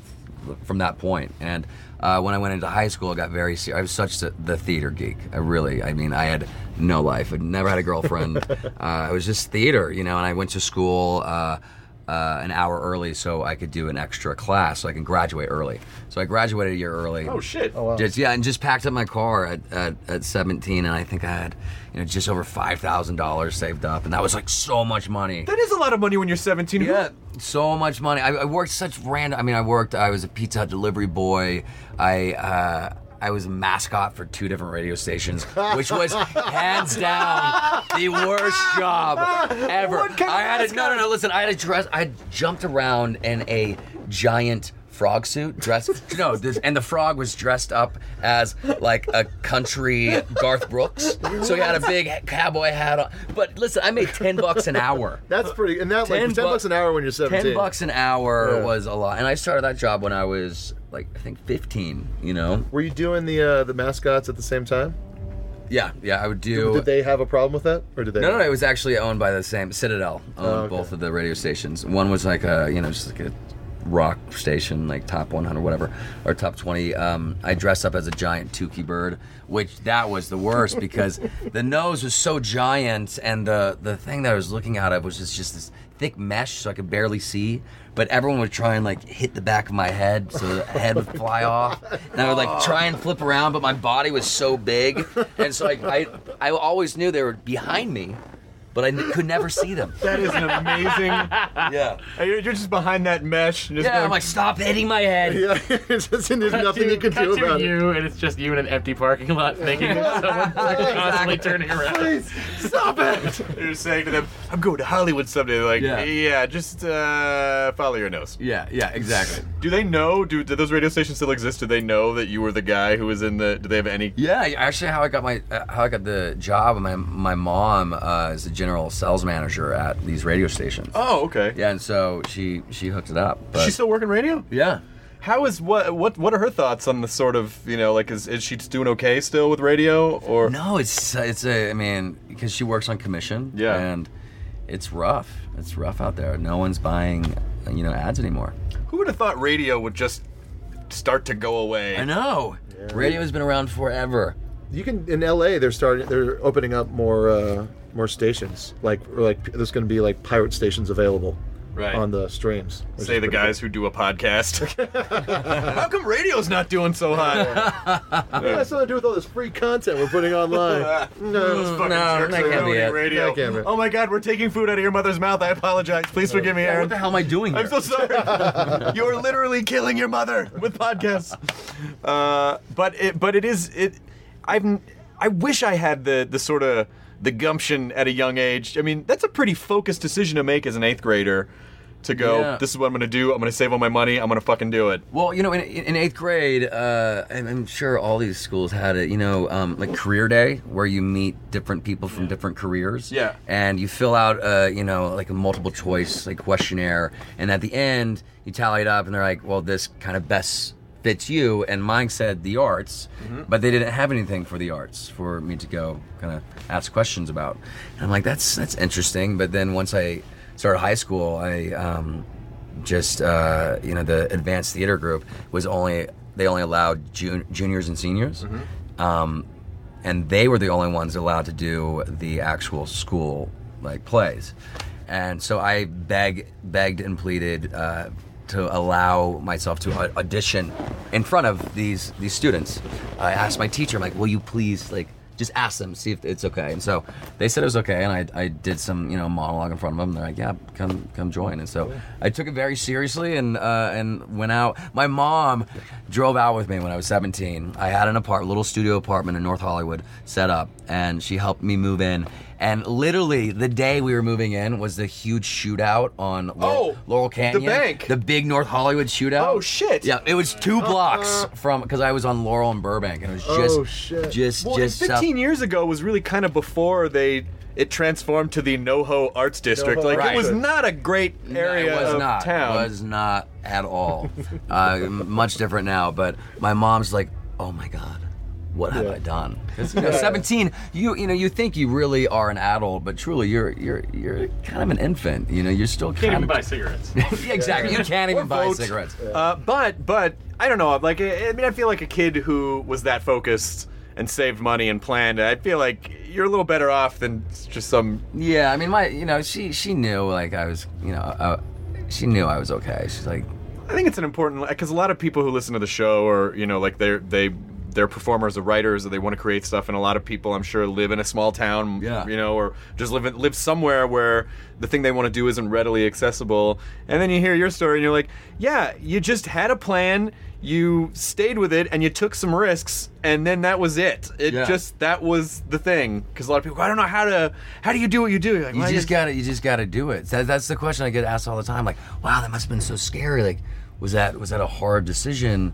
f- from that point. And uh, when I went into high school, I got very serious. I was such the, the theater geek. I really. I mean, I had no life. I'd never had a girlfriend. uh, I was just theater. You know, and I went to school. Uh, uh, an hour early so I could do an extra class so I can graduate early. So I graduated a year early.
Oh shit.
Just, yeah, and just packed up my car at, at, at 17, and I think I had you know just over five thousand dollars saved up, and that was like so much money.
That is a lot of money when you're 17.
Yeah, so much money. I, I worked such random. I mean, I worked. I was a pizza Hut delivery boy. I uh, I was a mascot for two different radio stations, which was hands down the worst job ever.
What kind of
I had a, no, no, no. Listen, I had a dress. I had jumped around in a giant. Frog suit dressed no this and the frog was dressed up as like a country Garth Brooks so he had a big cowboy hat on but listen I made 10 bucks an hour
That's pretty. And that like ten
bu-
bucks an hour when you're seventeen.
Ten bucks an hour
Yeah.
was a lot, and I started that job when I was like I think fifteen. You know?
Were you doing the uh, the mascots at the same time?
Yeah, yeah. I would do.
Did they have a problem with that, or did they?
no, no, no, it was actually owned by the same Citadel owned both of the radio stations. One was like a you know just like a rock station, like top 100, whatever, or top 20. Um, I dressed up as a giant Tukey bird, which that was the worst because the nose was so giant, and the the thing that I was looking out of was just, just this
thick mesh so I could barely see. But everyone would try and like hit the back of my head so the head would fly off. And I would like try and flip around, but my body was so big. And so like I I always knew they were behind me, but I n- could never see them.
That is an amazing.
yeah.
You're you're just behind that mesh. and Just
Yeah,
going,
I'm like, stop hitting my head.
Yeah, it's just, and there's
Cut
nothing
to-
you can
cut
do
to
about it.
you, and it's just you in an empty parking lot thinking someone's constantly turning around.
Stop it! You're saying to them, "I'm going to Hollywood someday." They're like, yeah,
Yeah.
just uh, follow your nose.
Yeah, yeah, exactly.
Do they know? Do, do those radio stations still exist? Do they know that you were the guy who was in the? Do they have any?
Yeah,
I- actually, how I got my uh, how I got the job. My my mom uh, is the general sales manager at these radio stations.
Oh, okay.
Yeah, and so she she hooked it up. But
She's still working radio.
yeah.
How is what? What? What are her thoughts on the sort of you know like is is she doing okay still with radio or?
No, it's it's a. I mean, because she works on commission.
Yeah.
And it's rough. It's rough out there. No one's buying you know ads anymore.
Who would have thought radio would just start to go away?
I know. Radio has been around forever.
You can in LA. They're starting. They're opening up more uh, more stations. Like or like there's going to be like pirate stations available
Right.
on the streams. which
Say
is
the
pretty
guys who do a podcast. How come radio's not doing so hot?
cool. It has something to do with all this free content we're putting online. no.
Fucking jerks
that
are
can't be
ruining
it.
radio.
That can't be it.
Oh my god, we're taking food out of your mother's mouth. I apologize. Please forgive me, Aaron.
What the hell am I doing here?
I'm so sorry. You're literally killing your mother with podcasts. Uh, but it, but it is it. I've n- I wish I had the the sort of the gumption at a young age. I mean, that's a pretty focused decision to make as an eighth grader. To go,
Yeah.
this is what I'm gonna do. I'm gonna save all my money. I'm gonna fucking do it.
Well, you know, in, in eighth grade, uh, I'm I'm sure all these schools had it. You know, um, like career day, where you meet different people from different careers.
Yeah.
And you fill out, uh, you know, like a multiple choice like questionnaire, and at the end you tally it up, and they're like, "Well, this kind of best fits you." And mine said the arts, but they didn't have anything for the arts for me to go kind of ask questions about. And I'm like, "That's that's interesting," but then once I started high school, I. Um, just uh, you know the advanced theater group was only they only allowed jun- juniors and seniors um, and they were the only ones allowed to do the actual school like plays and so i beg, begged and pleaded uh, to allow myself to au- audition in front of these these students i asked my teacher i'm like will you please like just ask them see if it's okay and so they said it was okay and i, I did some you know monologue in front of them they're like yeah come come join and so i took it very seriously and uh, and went out my mom drove out with me when i was 17 i had an apartment little studio apartment in north hollywood set up and she helped me move in and literally the day we were moving in was the huge shootout on Laurel,
Oh,
Laurel Canyon
bank.
the big North Hollywood shootout
Oh, shit. Uh-huh.
yeah it was two blocks from because I was on Laurel and Burbank and it was just
Oh, shit.
just
Well,
just
and 15
south-
years ago was really kind of before they it transformed to the NoHo Arts District.
NoHo
like
Right.
it was not a great area
it was
of
not.
town.
It was not at all. uh, m- much different now, but my mom's like, "Oh my god, what have I done?" 'Cause, you know, Seventeen, you you know, you think you really are an adult, but truly, you're you're you're kind of an infant. You know, you're still
Can't
kind
even
of
buy cigarettes.
Yeah, exactly. You can't even buy
vote.
cigarettes.
Uh, but but I don't know. Like I, I mean, I feel like a kid who was that focused and saved money and planned. I feel like you're a little better off than just some.
Yeah, I mean, my you know, she she knew like I was, you know, uh, she knew I was okay. She's like,
I think it's an important because a lot of people who listen to the show are you know like they're they. They're performers or writers, or they want to create stuff, and a lot of people, I'm sure, live in a small town,
Yeah.
you know, or just live in, live somewhere where the thing they want to do isn't readily accessible. And then you hear your story, and you're like, yeah, you just had a plan, you stayed with it, and you took some risks, and then that was it. It
Yeah.
just that was the thing. Because a lot of people, go, I don't know how to, how do you do what you do? You're like,
you
"Well, I
just got to you just got to do it. That, that's the question I get asked all the time. Like, wow, that must have been so scary. Like, was that was that a hard decision?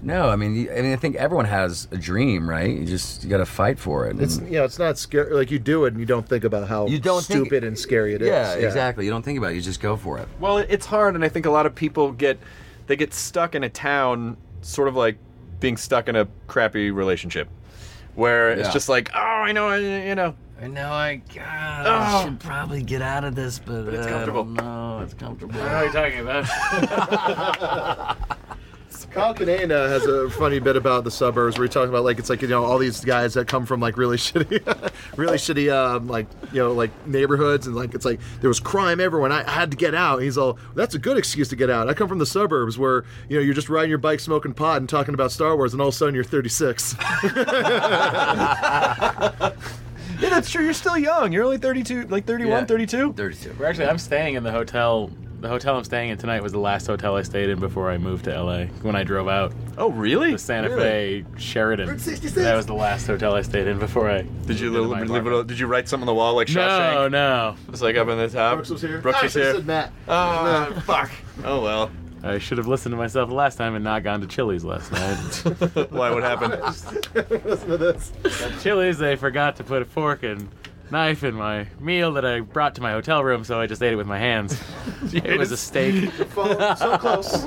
No, I mean, you- I mean, I think everyone has a dream, right? You just you got to fight for it.
It's
And-
you know, it's not scary. Like you do it, and you don't think about how
You don't think-
stupid and scary it is.
yeah, exactly. You don't think about it. You just go for it.
Well, it- it's hard, and I think a lot of people get they get stuck in a town, sort of like being stuck in a crappy relationship, where it's
Yeah.
just like, oh, I know, I, you know,
I know. I, God,
Oh.
I should probably get out of this, but,
it's
uh, I
comfortable.
don't know. It's comfortable.
What are you talking about?
Falconena uh, has a funny bit about the suburbs where he talks about like it's like you know all these guys that come from like really shitty, really shitty um, like you know like neighborhoods and like it's like there was crime everywhere and I, I had to get out. He's all that's a good excuse to get out. I come from the suburbs where you know you're just riding your bike, smoking pot, and talking about Star Wars, and all of a sudden you're 36.
Yeah, that's true. You're still young. You're only 32, like 31,
Yeah.
32?
32.
We're actually, I'm staying in the hotel. The hotel I'm staying in tonight was the last hotel I stayed in before I moved to LA when I drove out.
Oh, really?
The Santa
Really?
Fe Sheridan.
Route 66.
That was the last hotel I stayed in before I.
Did you li- leave it? Did you write something on the wall like Shawshank?
No, no.
It's like up in the top. Brooks
was here.
Brooks was here.
Matt.
Oh, fuck. Oh well.
I should have listened to myself last time and not gone to Chili's last night.
Why? What happened?
Listen to this.
At Chili's, they forgot to put a fork and knife in my meal that I brought to my hotel room, so I just ate it with my hands. it was a steak.
so close.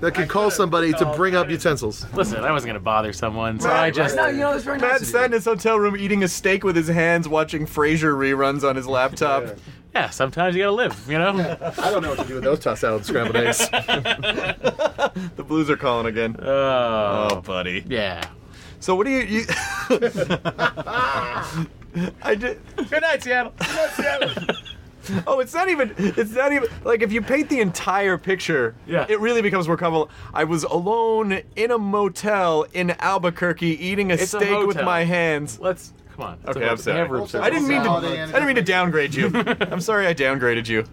That could call somebody to bring up utensils.
Listen, I wasn't gonna bother someone, so I just.
Matt sat in his hotel room eating a steak with his hands, watching Frasier reruns on his laptop.
Yeah, sometimes you gotta live, you know.
I don't know what to do with those tossed salad scrambled eggs.
The Blues are calling again.
Oh,
buddy.
Yeah.
So what do you? you I did.
Good night, Seattle. Good
night, Seattle. oh, it's not even. It's not even like if you paint the entire picture. Yeah. It really becomes more comfortable. I was alone in a motel in Albuquerque eating a
It's a
steak with
hotel.
my hands.
Let's come on. It's a
Okay,
hotel.
I'm
They
sorry.
have room service.
I didn't mean to. I didn't mean to downgrade you. I'm sorry, I downgraded you.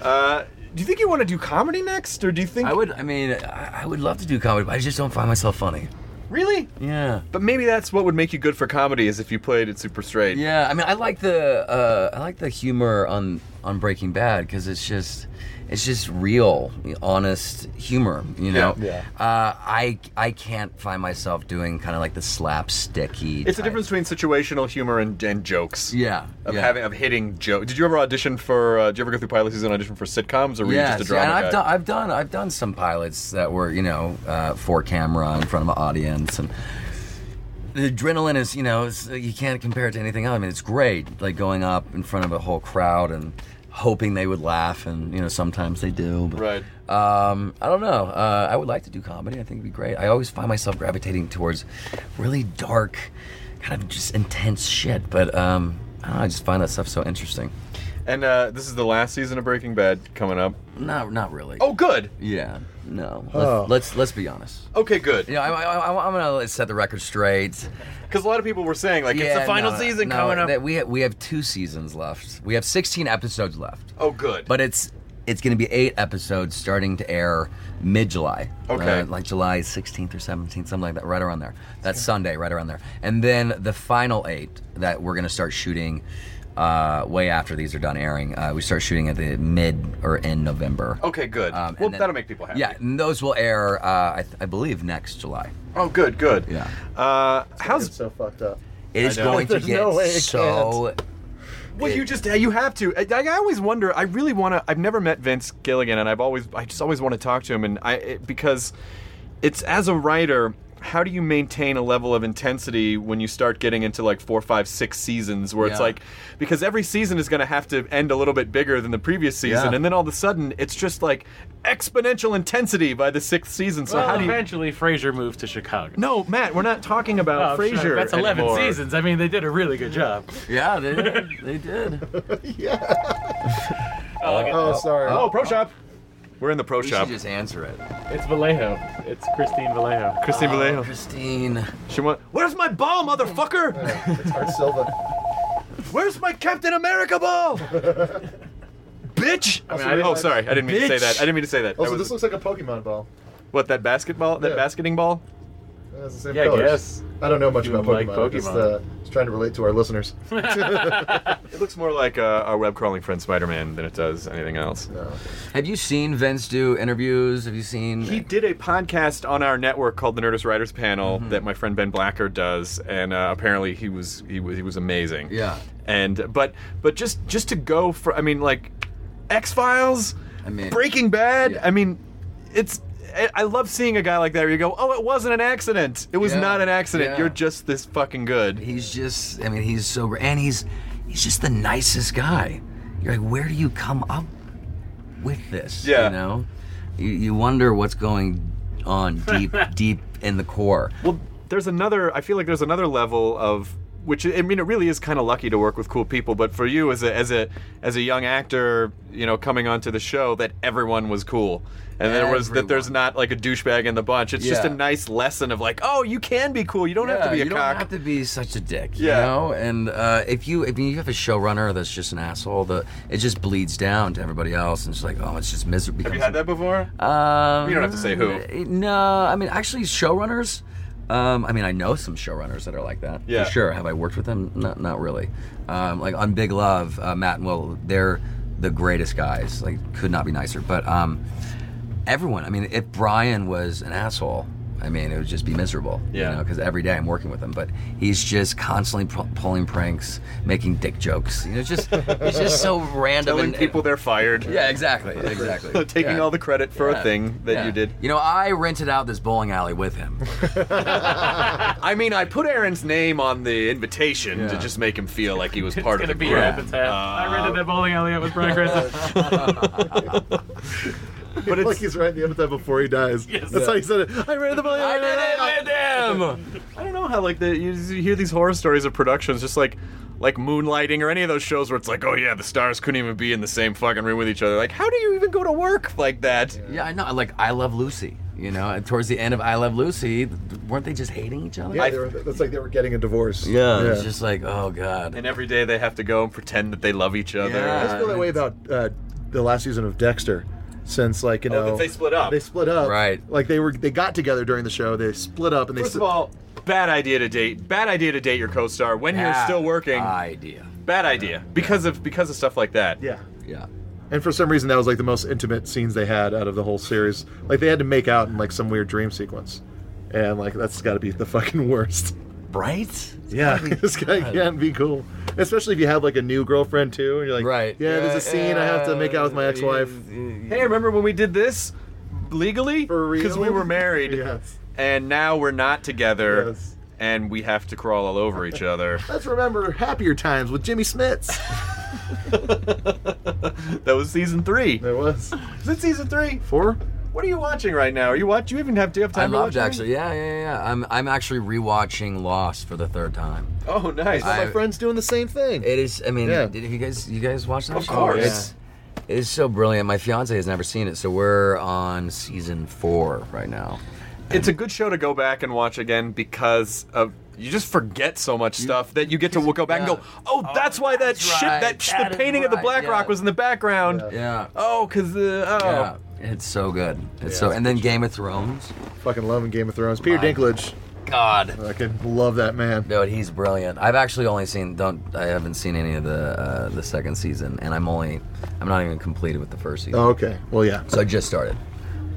Uh, do you think you want to do comedy next, or do you think
I would. I mean, I, I would love to do comedy, but I just don't find myself funny.
really?
Yeah.
But maybe that's what would make you good for comedy is if you played it super straight.
Yeah, I mean, I like the uh, I like the humor on on Breaking Bad because it's just it's just real, honest humor. You know,
Yeah.
Uh, I I can't find myself doing kind of like the slapsticky.
It's the
type.
difference between situational humor and, and jokes.
Yeah,
Of
yeah.
having of hitting joke. Did you ever audition for? Uh, did you ever go through pilot season audition for sitcoms, or were
yeah,
you just a
see, and
drama
I've
guy?
done, I've done, I've done some pilots that were, you know, uh, for camera in front of an audience, and the adrenaline is, you know, it's, you can't compare it to anything else. I mean, it's great, like going up in front of a whole crowd and hoping they would laugh, and you know, sometimes they do. But,
right.
Um, I don't know. Uh, I would like to do comedy. I think it'd be great. I always find myself gravitating towards really dark, kind of just intense shit. But um, I don't know. I just find that stuff so interesting.
And uh, this is the last season of Breaking Bad coming up.
Not, not really.
Oh, good.
Yeah, no. Let's
Oh.
let's, let's be honest.
Okay, good.
Yeah, I, I, I, I'm gonna set the record straight.
Because a lot of people were saying like it's
Yeah,
the final
no,
season
no,
coming up.
That we have, we have two seasons left. We have 16 episodes left,
oh, good.
but it's it's gonna be eight episodes starting to air mid July.
Okay.
like July 16th or 17th, something like that, right around there. That's Sunday, right around there. And then the final eight that we're gonna start shooting. Uh, way after these are done airing, uh, we start shooting at the mid or end November.
okay, good.
Um, and
well,
then-
that'll make people happy.
Yeah, and those will air, uh, I, th- I believe, next July.
Oh, good, good.
Yeah.
Uh, how's
It's so fucked up.
It is
I know.
going to
There's
get
no way it
so.
Well, you just you have to. I, I always wonder. I really want to. I've never met Vince Gilligan, and I've always I just always want to talk to him, and I it, because it's as a writer. How do you maintain a level of intensity when you start getting into like four, five, six seasons where it's
Yeah.
like because every season is going to have to end a little bit bigger than the previous season,
Yeah.
and then all of a sudden it's just like exponential intensity by the sixth season. So
Well,
how do you?
eventually, Frasier moved to Chicago.
No, Matt, we're not talking
Oh,
about
sure,
Frasier.
That's 11
anymore.
seasons. I mean, they did a really good job.
Yeah, they did. They did.
Oh, sorry.
Oh, pro shop. We're in the pro
We
shop.
should just answer it.
It's Vallejo. It's Christine Vallejo.
Christine Vallejo.
Christine.
She went, Where's my ball, motherfucker?
It's Art Silva.
Where's my Captain America ball? Bitch! I mean, I- oh, sorry. I didn't mean to say
Bitch.
that. I didn't mean to say that.
Also,
That was-
this looks like a Pokemon ball.
what, that basketball? That
Yeah.
basketing ball?
It has the same
Yeah, I
colors.
guess.
I don't know much
You
about
like
Pokemon. I'm just,
Pokemon.
uh, just trying to relate to our listeners.
It looks more like uh, our web crawling friend Spider Man than it does anything else.
Have you seen Vince do interviews? Have you seen?
He did a podcast on our network called the Nerdist Writers Panel that my friend Ben Blacker does, and uh, apparently he was he was he was amazing.
Yeah.
And but but just just to go for I mean like X Files,
I mean-
Breaking Bad.
Yeah.
I mean, it's I- I love seeing a guy like that where you go, oh, it wasn't an accident. It was
Yeah.
not an accident.
Yeah.
You're just this fucking good.
He's just. I mean, he's so. gr- And he's. He's just the nicest guy. You're like, where do you come up with this?
Yeah.
You know. You, you wonder what's going on deep, deep in the core.
Well, there's another. I feel like there's another level of which. I mean, it really is kind of lucky to work with cool people. But for you, as a as a as a young actor, you know, coming onto the show, that everyone was cool, and there was that there's not like a douchebag in the bunch. It's just a
Yeah.
nice lesson of like, oh, you can be cool. You don't have to
Yeah,
be a
you
cock.
don't have to be such a dick.
Yeah.
You know? And uh, if you if you have a showrunner that's just an asshole, the it just bleeds down to everybody else, and it's like, oh, it's just miserable.
Have you had that before?
Um,
you don't have to say who.
No, I mean actually showrunners. Um, I mean I know some showrunners that are like that.
Yeah.
for sure. Have I worked with them? Not not really. Um, like on Big Love, uh, Matt and Will, they're the greatest guys. Like could not be nicer. But um, everyone. I mean, if Brian was an asshole. I mean, it would just be miserable,
Yeah.
you know, because every day I'm working with him, but he's just constantly pu- pulling pranks, making dick jokes. You know, it's just it's just so random.
Telling
and- uh,
people they're fired.
Yeah, exactly, exactly.
Taking
Yeah.
all the credit for
Yeah.
a thing that
Yeah.
you did.
You know, I rented out this bowling alley with him.
I mean, I put Aaron's name on the invitation to
Yeah.
just make him feel like he was part of the
gonna be
group.
here at the tab. I rented that bowling alley out with Brian Cranston.
But like he's right in the end of that before he dies. That's how he said it. I ran the bowling alley.
I don't know how like the you, you hear these horror stories of productions just like like moonlighting or any of those shows where it's like, oh yeah, the stars couldn't even be in the same fucking room with each other. Like, how do you even go to work like that?
Yeah, I know. Like I Love Lucy. You know, and towards the end of I Love Lucy, th- weren't they just hating each other?
Yeah, they were, that's like they were getting a divorce.
yeah, it's just like oh god.
And every day they have to go and pretend that they love each other.
I just feel that way about uh, the last season of Dexter. Since like you
Oh,
know
that they split up.
They split up.
Right.
Like they were they got together during the show. They split up and they.
First
split-
of all, bad idea to date. Bad idea to date your co-star when you're
Bad
still working.
Idea.
Bad idea because of because of stuff like that.
yeah.
Yeah.
And for some reason, that was like the most intimate scenes they had out of the whole series. Like they had to make out in like some weird dream sequence, and like that's got to be the fucking worst.
Right.
Yeah, this guy can't be cool. Especially if you have like a new girlfriend too, and you're like,
Right. uh,
Yeah, there's a scene I have to make out with my ex-wife.
Hey, remember when we did this legally?
For real?
Because we were married.
Yes.
And now we're not together.
Yes.
And we have to crawl all over each other.
Let's remember happier times with Jimmy Smits.
that was season three.
There was
Is it season three?
four.
What are you watching right now? Are you watch? You even have do you have
I
time? to
loved
watch
actually. Yeah, yeah, yeah, yeah. I'm I'm actually rewatching Lost for the third time.
anything? Oh, nice.
I-
My friend's doing the same thing.
It is. I mean,
Yeah.
did you guys you guys watch that?
Of
show?
course.
It's, it is so brilliant. My fiance has never seen it, so we're on season four right now.
it's a good show to go back and watch again because of. You just forget so much stuff that you get to go back and go, oh, that's why that shit,
right.
that, sh
That
the
is
painting of the
right.
Black
Yeah.
Rock was in the background.
Yeah.
Oh, because the oh,
Yeah. It's so good. It's so. And then Game of Thrones.
Fucking loving Game of Thrones. Peter
My-
Dinklage.
God.
I can love that man.
Dude, he's brilliant. I've actually only seen don't I haven't seen any of the uh, the second season, and I'm only I'm not even completed with the first season.
Oh, okay. Well, yeah.
So I just started,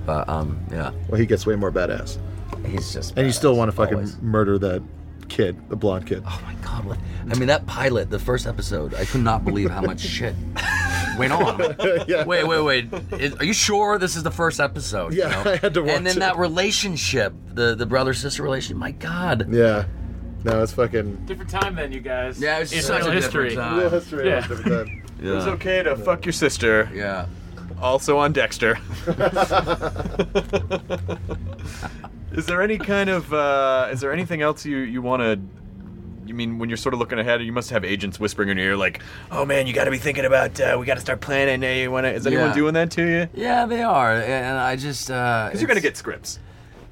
but um yeah,
Well, he gets way more badass.
he's just
And you still
badass,
want to fucking
always.
murder that kid, the blonde kid.
Oh my god! What, I mean, that pilot, the first episode, I could not believe how much shit went on.
Yeah.
Wait, wait, wait! Is, are you sure this is the first episode?
Yeah, I had to watch
And then
it.
that relationship, the the brother sister relationship. My god.
Yeah. No, it's fucking.
Different time then, you guys.
Yeah, it's
It's
such
real
a
history.
different
Real
time.
history.
Yeah.
It was okay to fuck your sister.
Yeah.
Also on Dexter. is there any kind of uh, is there anything else you you want to? You mean when you're sort of looking ahead, you must have agents whispering in your ear like, "Oh man, you got to be thinking about uh, we got to start planning." Hey, you want to? Is anyone
Yeah.
doing that to you?
Yeah, they are, and I just uh, because
Because you're gonna get scripts.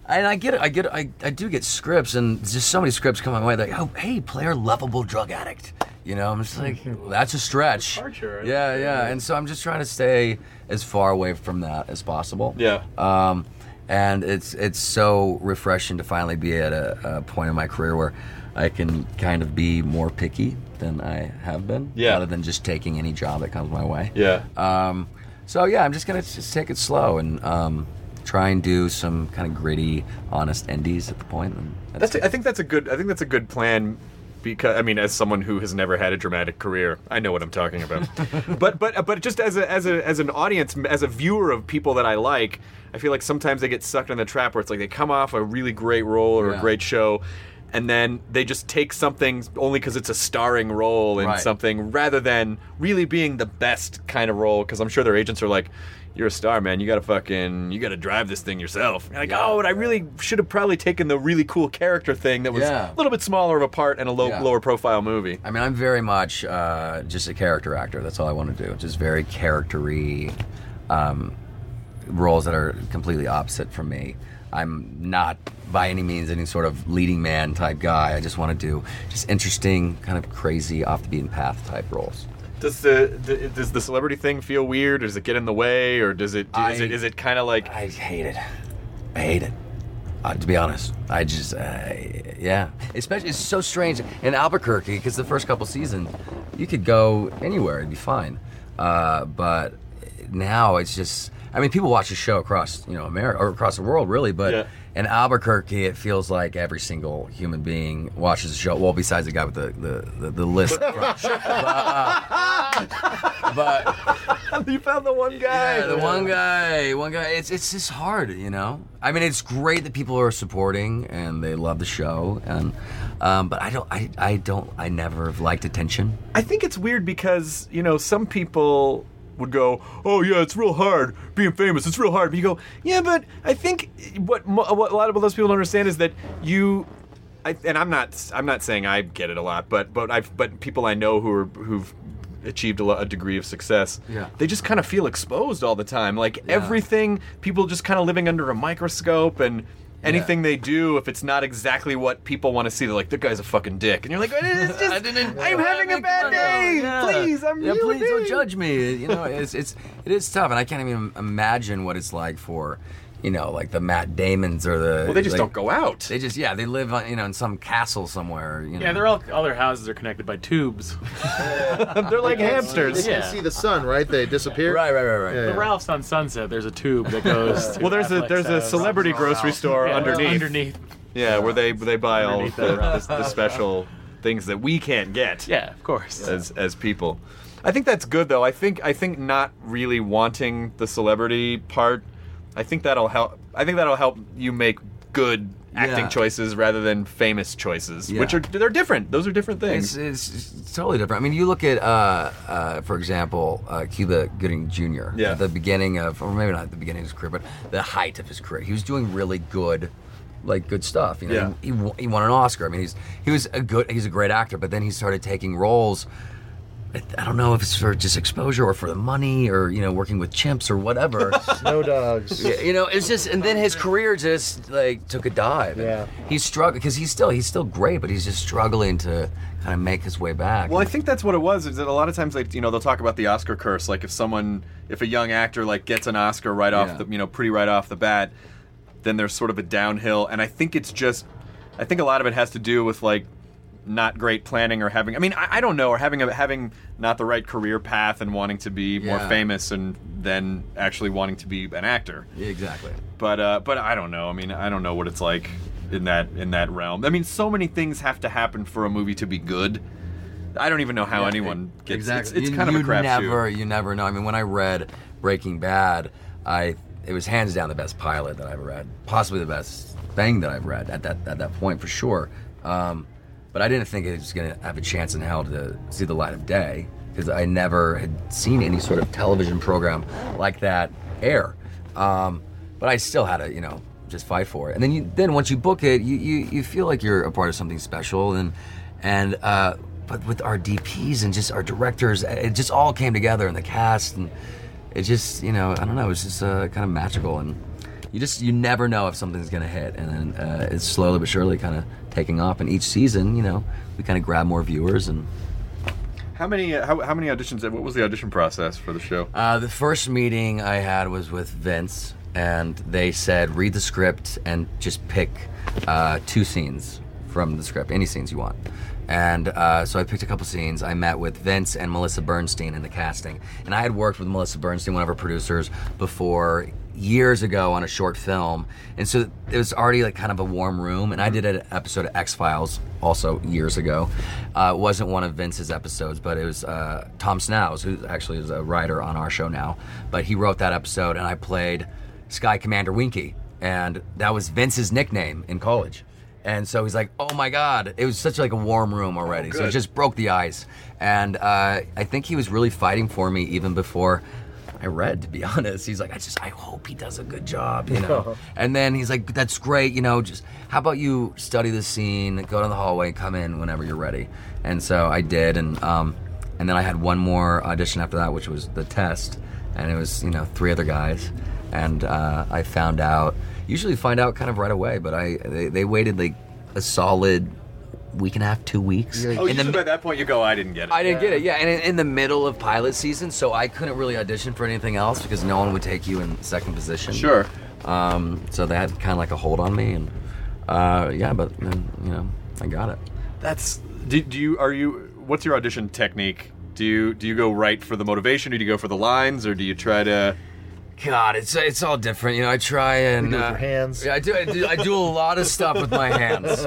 And I get it. I get it. I, I do get scripts, and just so many scripts come my way. Like, oh, hey, player, lovable drug addict. You know, I'm just like, that's a stretch.
Departure.
Yeah, yeah. And so I'm just trying to stay as far away from that as possible.
Yeah.
Um, and it's it's so refreshing to finally be at a, a point in my career where I can kind of be more picky than I have been,
Yeah.
rather than just taking any job that comes my way.
Yeah.
Um, so yeah, I'm just gonna just take it slow and um, try and do some kind of gritty, honest endies at the point. And
That's I think that's a good I think that's a good plan because I mean as someone who has never had a dramatic career, I know what I'm talking about. but but but just as a as a as an audience as a viewer of people that I like, I feel like sometimes they get sucked in the trap where it's like they come off a really great role or a
Yeah.
great show and then they just take something only because it's a starring role in
Right.
something rather than really being the best kind of role because i'm sure their agents are like you're a star, man. You gotta fucking, you gotta drive this thing yourself. And you're like, oh, and I really should have probably taken the really cool character thing that was
Yeah.
a little bit smaller of a part and a low,
Yeah.
lower profile movie.
I mean, I'm very much uh, just a character actor. That's all I want to do. Just very charactery um, roles that are completely opposite from me. I'm not by any means any sort of leading man type guy. I just want to do just interesting, kind of crazy, off the beaten path type roles.
Does the, the does the celebrity thing feel weird? Or does it get in the way, or does it is
I-
it is it kind of like
I hate it. I hate it. Uh, to be honest, I just, uh, yeah. Especially, it's so strange in Albuquerque because the first couple seasons, you could go anywhere, it'd be fine. Uh, but now it's just, I mean, people watch the show across, you know, America or across the world, really. But
Yeah.
in Albuquerque, it feels like every single human being watches the show. Well, besides the guy with the the, the, the list. uh, but
"Oh, you found the one guy.
yeah, the one guy, one guy. It's it's just hard, you know. I mean, it's great that people are supporting and they love the show, and um, but I don't, I, I don't, I never have liked attention.
I think it's weird because, you know, some people would go, "Oh yeah, it's real hard being famous. It's real hard." But you go, "Yeah, but I think what, mo- what a lot of those people don't understand is that you I, and I'm not I'm not saying I get it a lot, but but I've but people I know who are who've achieved a, lo- a degree of success,
Yeah.
they just kind of feel exposed all the time. Like everything, people just kind of living under a microscope and. Anything they do, if it's not exactly what people want to see, they're like, "That guy's a fucking dick," and you're like, "It's just, I'm having a bad day. Please, I'm
Oh, yeah,
human
please don't
being."
judge me. You know, it's it's it is tough, and I can't even imagine what it's like for, you know, like the Matt Damons or the.
Well, they just
like-
don't go out.
They just yeah, they live on, you know in some castle somewhere. You know.
Yeah, they're all all their houses are connected by tubes.
they're like hamsters.
They
Yeah.
can see the sun, right? They disappear.
right, right, right, right.
Yeah.
The Ralph's on Sunset. There's a tube that goes. to
Well, there's a
Affleck's
there's a
house.
celebrity grocery store
Yeah,
underneath.
Underneath.
Yeah, where they they buy all of
Underneath
the,
that rock.
the, the special things that we can't get
Yeah, of course.
as as people. I think that's good though. I think I think not really wanting the celebrity part. I think that'll help. I think that'll help you make good acting
Yeah.
choices rather than famous choices,
Yeah.
which are they're different. Those are different things.
It's, it's, it's totally different. I mean, you look at, uh, uh, for example, uh, Cuba Gooding Jr.
Yeah.
At the beginning of, or maybe not at the beginning of his career, but the height of his career, he was doing really good, like good stuff. You know,
Yeah.
he, he, won, he won an Oscar. I mean, he's he was a good, he's a great actor, but then he started taking roles. I- I don't know if it's for just exposure or for the money or you know working with chimps or whatever.
No dogs.
Yeah, you know, it's just, and then his career just like took a dive. And
Yeah.
he struggled because he's still he's still great, but he's just struggling to kind of make his way back.
Well, I think that's what it was. Is that a lot of times, like you know, they'll talk about the Oscar curse. Like if someone, if a young actor like gets an Oscar right off
Yeah.
the, you know, pretty right off the bat, then there's sort of a downhill. And I think it's just, I think a lot of it has to do with like not great planning or having. I mean, I, I don't know, or having a, having not the right career path and wanting to be more
Yeah.
famous and then actually wanting to be an actor.
Yeah, exactly.
But uh, but I don't know. I mean, I don't know what it's like in that in that realm. I mean, so many things have to happen for a movie to be good. I don't even know how anyone gets.
e- exactly.
It's, it's
You-
kind
you
of a crapshoot.
never, you never know. I mean, when I read Breaking Bad, I it was hands down the best pilot that I've read, possibly the best thing that I've read at that at that point for sure. Um, but I didn't think it was going to have a chance in hell to see the light of day because I never had seen any sort of television program like that air. Um, but I still had to, you know, just fight for it. And then you, then once you book it, you, you you feel like you're a part of something special and and uh, but with our DPs and just our directors, it just all came together and the cast and it just you know I don't know it was just uh, kind of magical and you just you never know if something's gonna hit and then uh, it's slowly but surely kind of taking off and each season you know we kind of grab more viewers and
How many uh, how, how many auditions? What was the audition process for the show?
Uh, the first meeting I had was with Vince, and they said read the script and just pick uh, two scenes from the script, any scenes you want. And uh, so I picked a couple scenes. I met with Vince and Melissa Bernstein in the casting, and I had worked with Melissa Bernstein, one of her producers, before years ago on a short film, and so it was already like kind of a warm room. And I did an episode of X Files also years ago. Uh, it wasn't one of Vince's episodes, but it was uh, Tom Snows, who actually is a writer on our show now. But he wrote that episode, and I played Sky Commander Winky, and that was Vince's nickname in college. And so he's like, "Oh my God!" It was such like a warm room already, so it just broke the ice. And uh, I think he was really fighting for me even before I read, to be honest. He's like, I just, I hope he does a good job, you know. and then he's like, that's great, you know. Just how about you study the scene, go down the hallway, come in whenever you're ready. And so I did, and um, and then I had one more audition after that, which was the test, and it was you know three other guys, and uh, I found out. Usually find out kind of right away, but I they, they waited like a solid week and a half, two weeks.
Oh,
And then-
usually by that point you go, I didn't get it.
I didn't get it. Yeah, and in, in the middle of pilot season, so I couldn't really audition for anything else because no one would take you in second position.
Sure.
Um, so they had kind of like a hold on me, and uh, yeah, but then you know I got it.
That's
Do, do you are you? What's your audition technique? Do you do you go right for the motivation? Or do you go for the lines, or do you try to?
God, it's it's all different. You know, I try and
do it with
uh,
your
hands.
Yeah, I do, I do. I do a lot of stuff with my hands.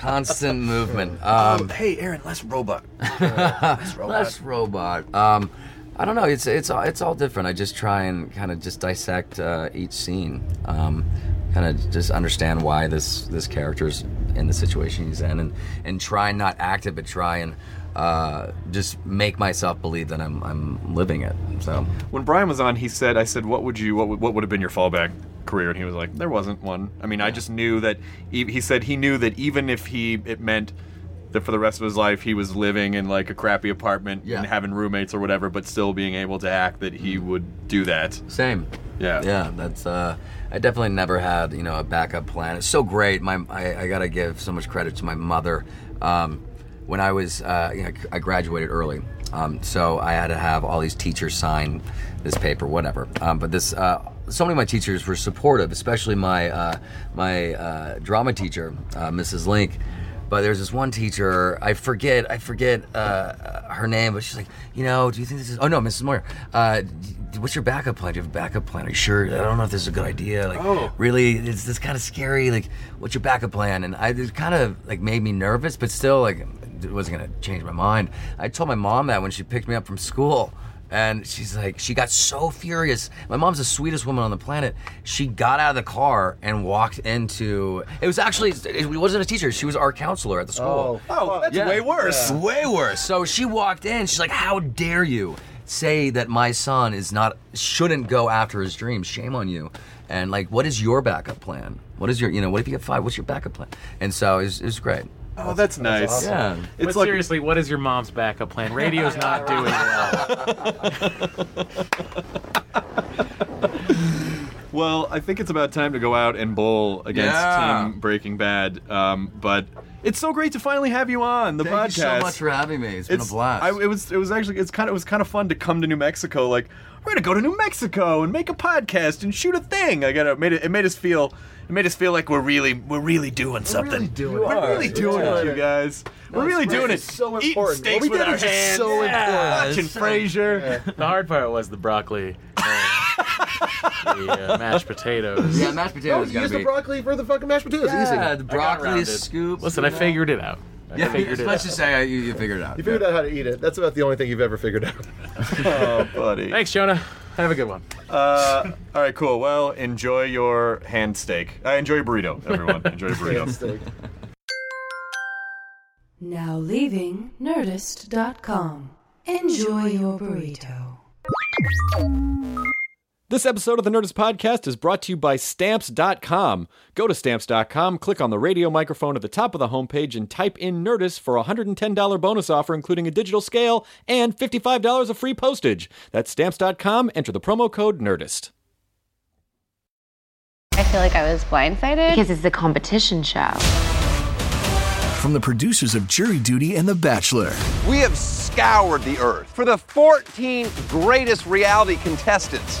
Constant movement. Um,
hey, Aaron, less robot.
less robot. Um, I don't know. It's it's all it's all different. I just try and kind of just dissect uh, each scene, um, kind of just understand why this this character's in the situation he's in, and and try and not act it, but try and uh, just make myself believe that I'm I'm living it. So
When Brian was on, he said, "I said, what would you what would, what would have been your fallback career?" And he was like, "There wasn't one. I mean, I just knew that." He, he said he knew that even if he it meant that for the rest of his life he was living in like a crappy apartment
Yeah. Mm.
and having roommates or whatever, but still being able to act, that he would do that.
Same.
Yeah.
Yeah. That's. Uh, I definitely never had you know a backup plan. It's so great. My I, I gotta give so much credit to my mother. Um, when I was uh, you know I graduated early, um, so I had to have all these teachers sign this paper, whatever. Um, but this. Uh, so many of my teachers were supportive, especially my uh, my uh, drama teacher, uh, Mrs. Link. But there's this one teacher, I forget, I forget uh, her name, but she's like, you know, do you think this is? Oh no, Mrs. Moyer, uh, d- what's your backup plan? Do you have a backup plan? Are you sure? I don't know if this is a good idea. Like,
Oh.
really, it's this kind of scary. Like, what's your backup plan? And I it kind of like made me nervous, but still like it wasn't gonna change my mind. I told my mom that when she picked me up from school. And she's like, she got so furious. My mom's the sweetest woman on the planet. She got out of the car and walked into. It was actually, it wasn't a teacher. She was our counselor at the school.
Oh, that's
Yeah.
way worse.
Way worse. So she walked in. She's like, "How dare you say that my son is not shouldn't go after his dreams? Shame on you!" And like, what is your backup plan? What is your you know what if you get five? What's your backup plan? And so it was, it was great.
Oh, that's nice.
awesome. Yeah.
But
It's like-
seriously, what is your mom's backup plan? Radio's not doing well.
Well, I think it's about time to go out and bowl against
Yeah.
Team Breaking Bad. Um, but it's so great to finally have you on the
Thank
podcast.
you so much for having me. It's been a blast.
I, it was it was actually it's kind of it was kind of fun to come to New Mexico. Like we're gonna go to New Mexico and make a podcast and shoot a thing. I got it made it, it made us feel it made us feel like we're really we're really doing something.
doing
we're
it.
really
You
doing
are.
it, you guys. we're really
great.
doing it.
This is so
Eating
important.
steaks
What we
with
did
our
is just
hands.
so
yeah.
important.
Watching Frasier.
the hard part was the broccoli, and the uh, mashed potatoes.
yeah, mashed
Oh,
potatoes
you
gotta
use
be.
the broccoli for the fucking mashed potatoes. Easy.
yeah, the
I got
broccoli
rounded.
scoop.
Listen, I figured it out. I
Yeah,
figured it
let's
out.
just say I, you, you figured it out.
You figured out how to eat it. That's about the only thing you've ever figured out.
oh, buddy.
Thanks, Jonah. Have a good one.
Uh, all right, cool. Well, enjoy your hand steak. Uh, enjoy your burrito, everyone. Enjoy your burrito.
Steak.
Now leaving Nerdist.com. Enjoy your burrito.
This episode of the Nerdist Podcast is brought to you by Stamps.com. Go to Stamps.com, click on the radio microphone at the top of the homepage, and type in Nerdist for a $110 bonus offer, including a digital scale and $55 of free postage. That's Stamps.com. Enter the promo code Nerdist.
I feel like I was blindsided because it's a competition show.
From the producers of Jury Duty and The Bachelor
We have scoured the earth for the 14 greatest reality contestants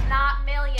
not millions.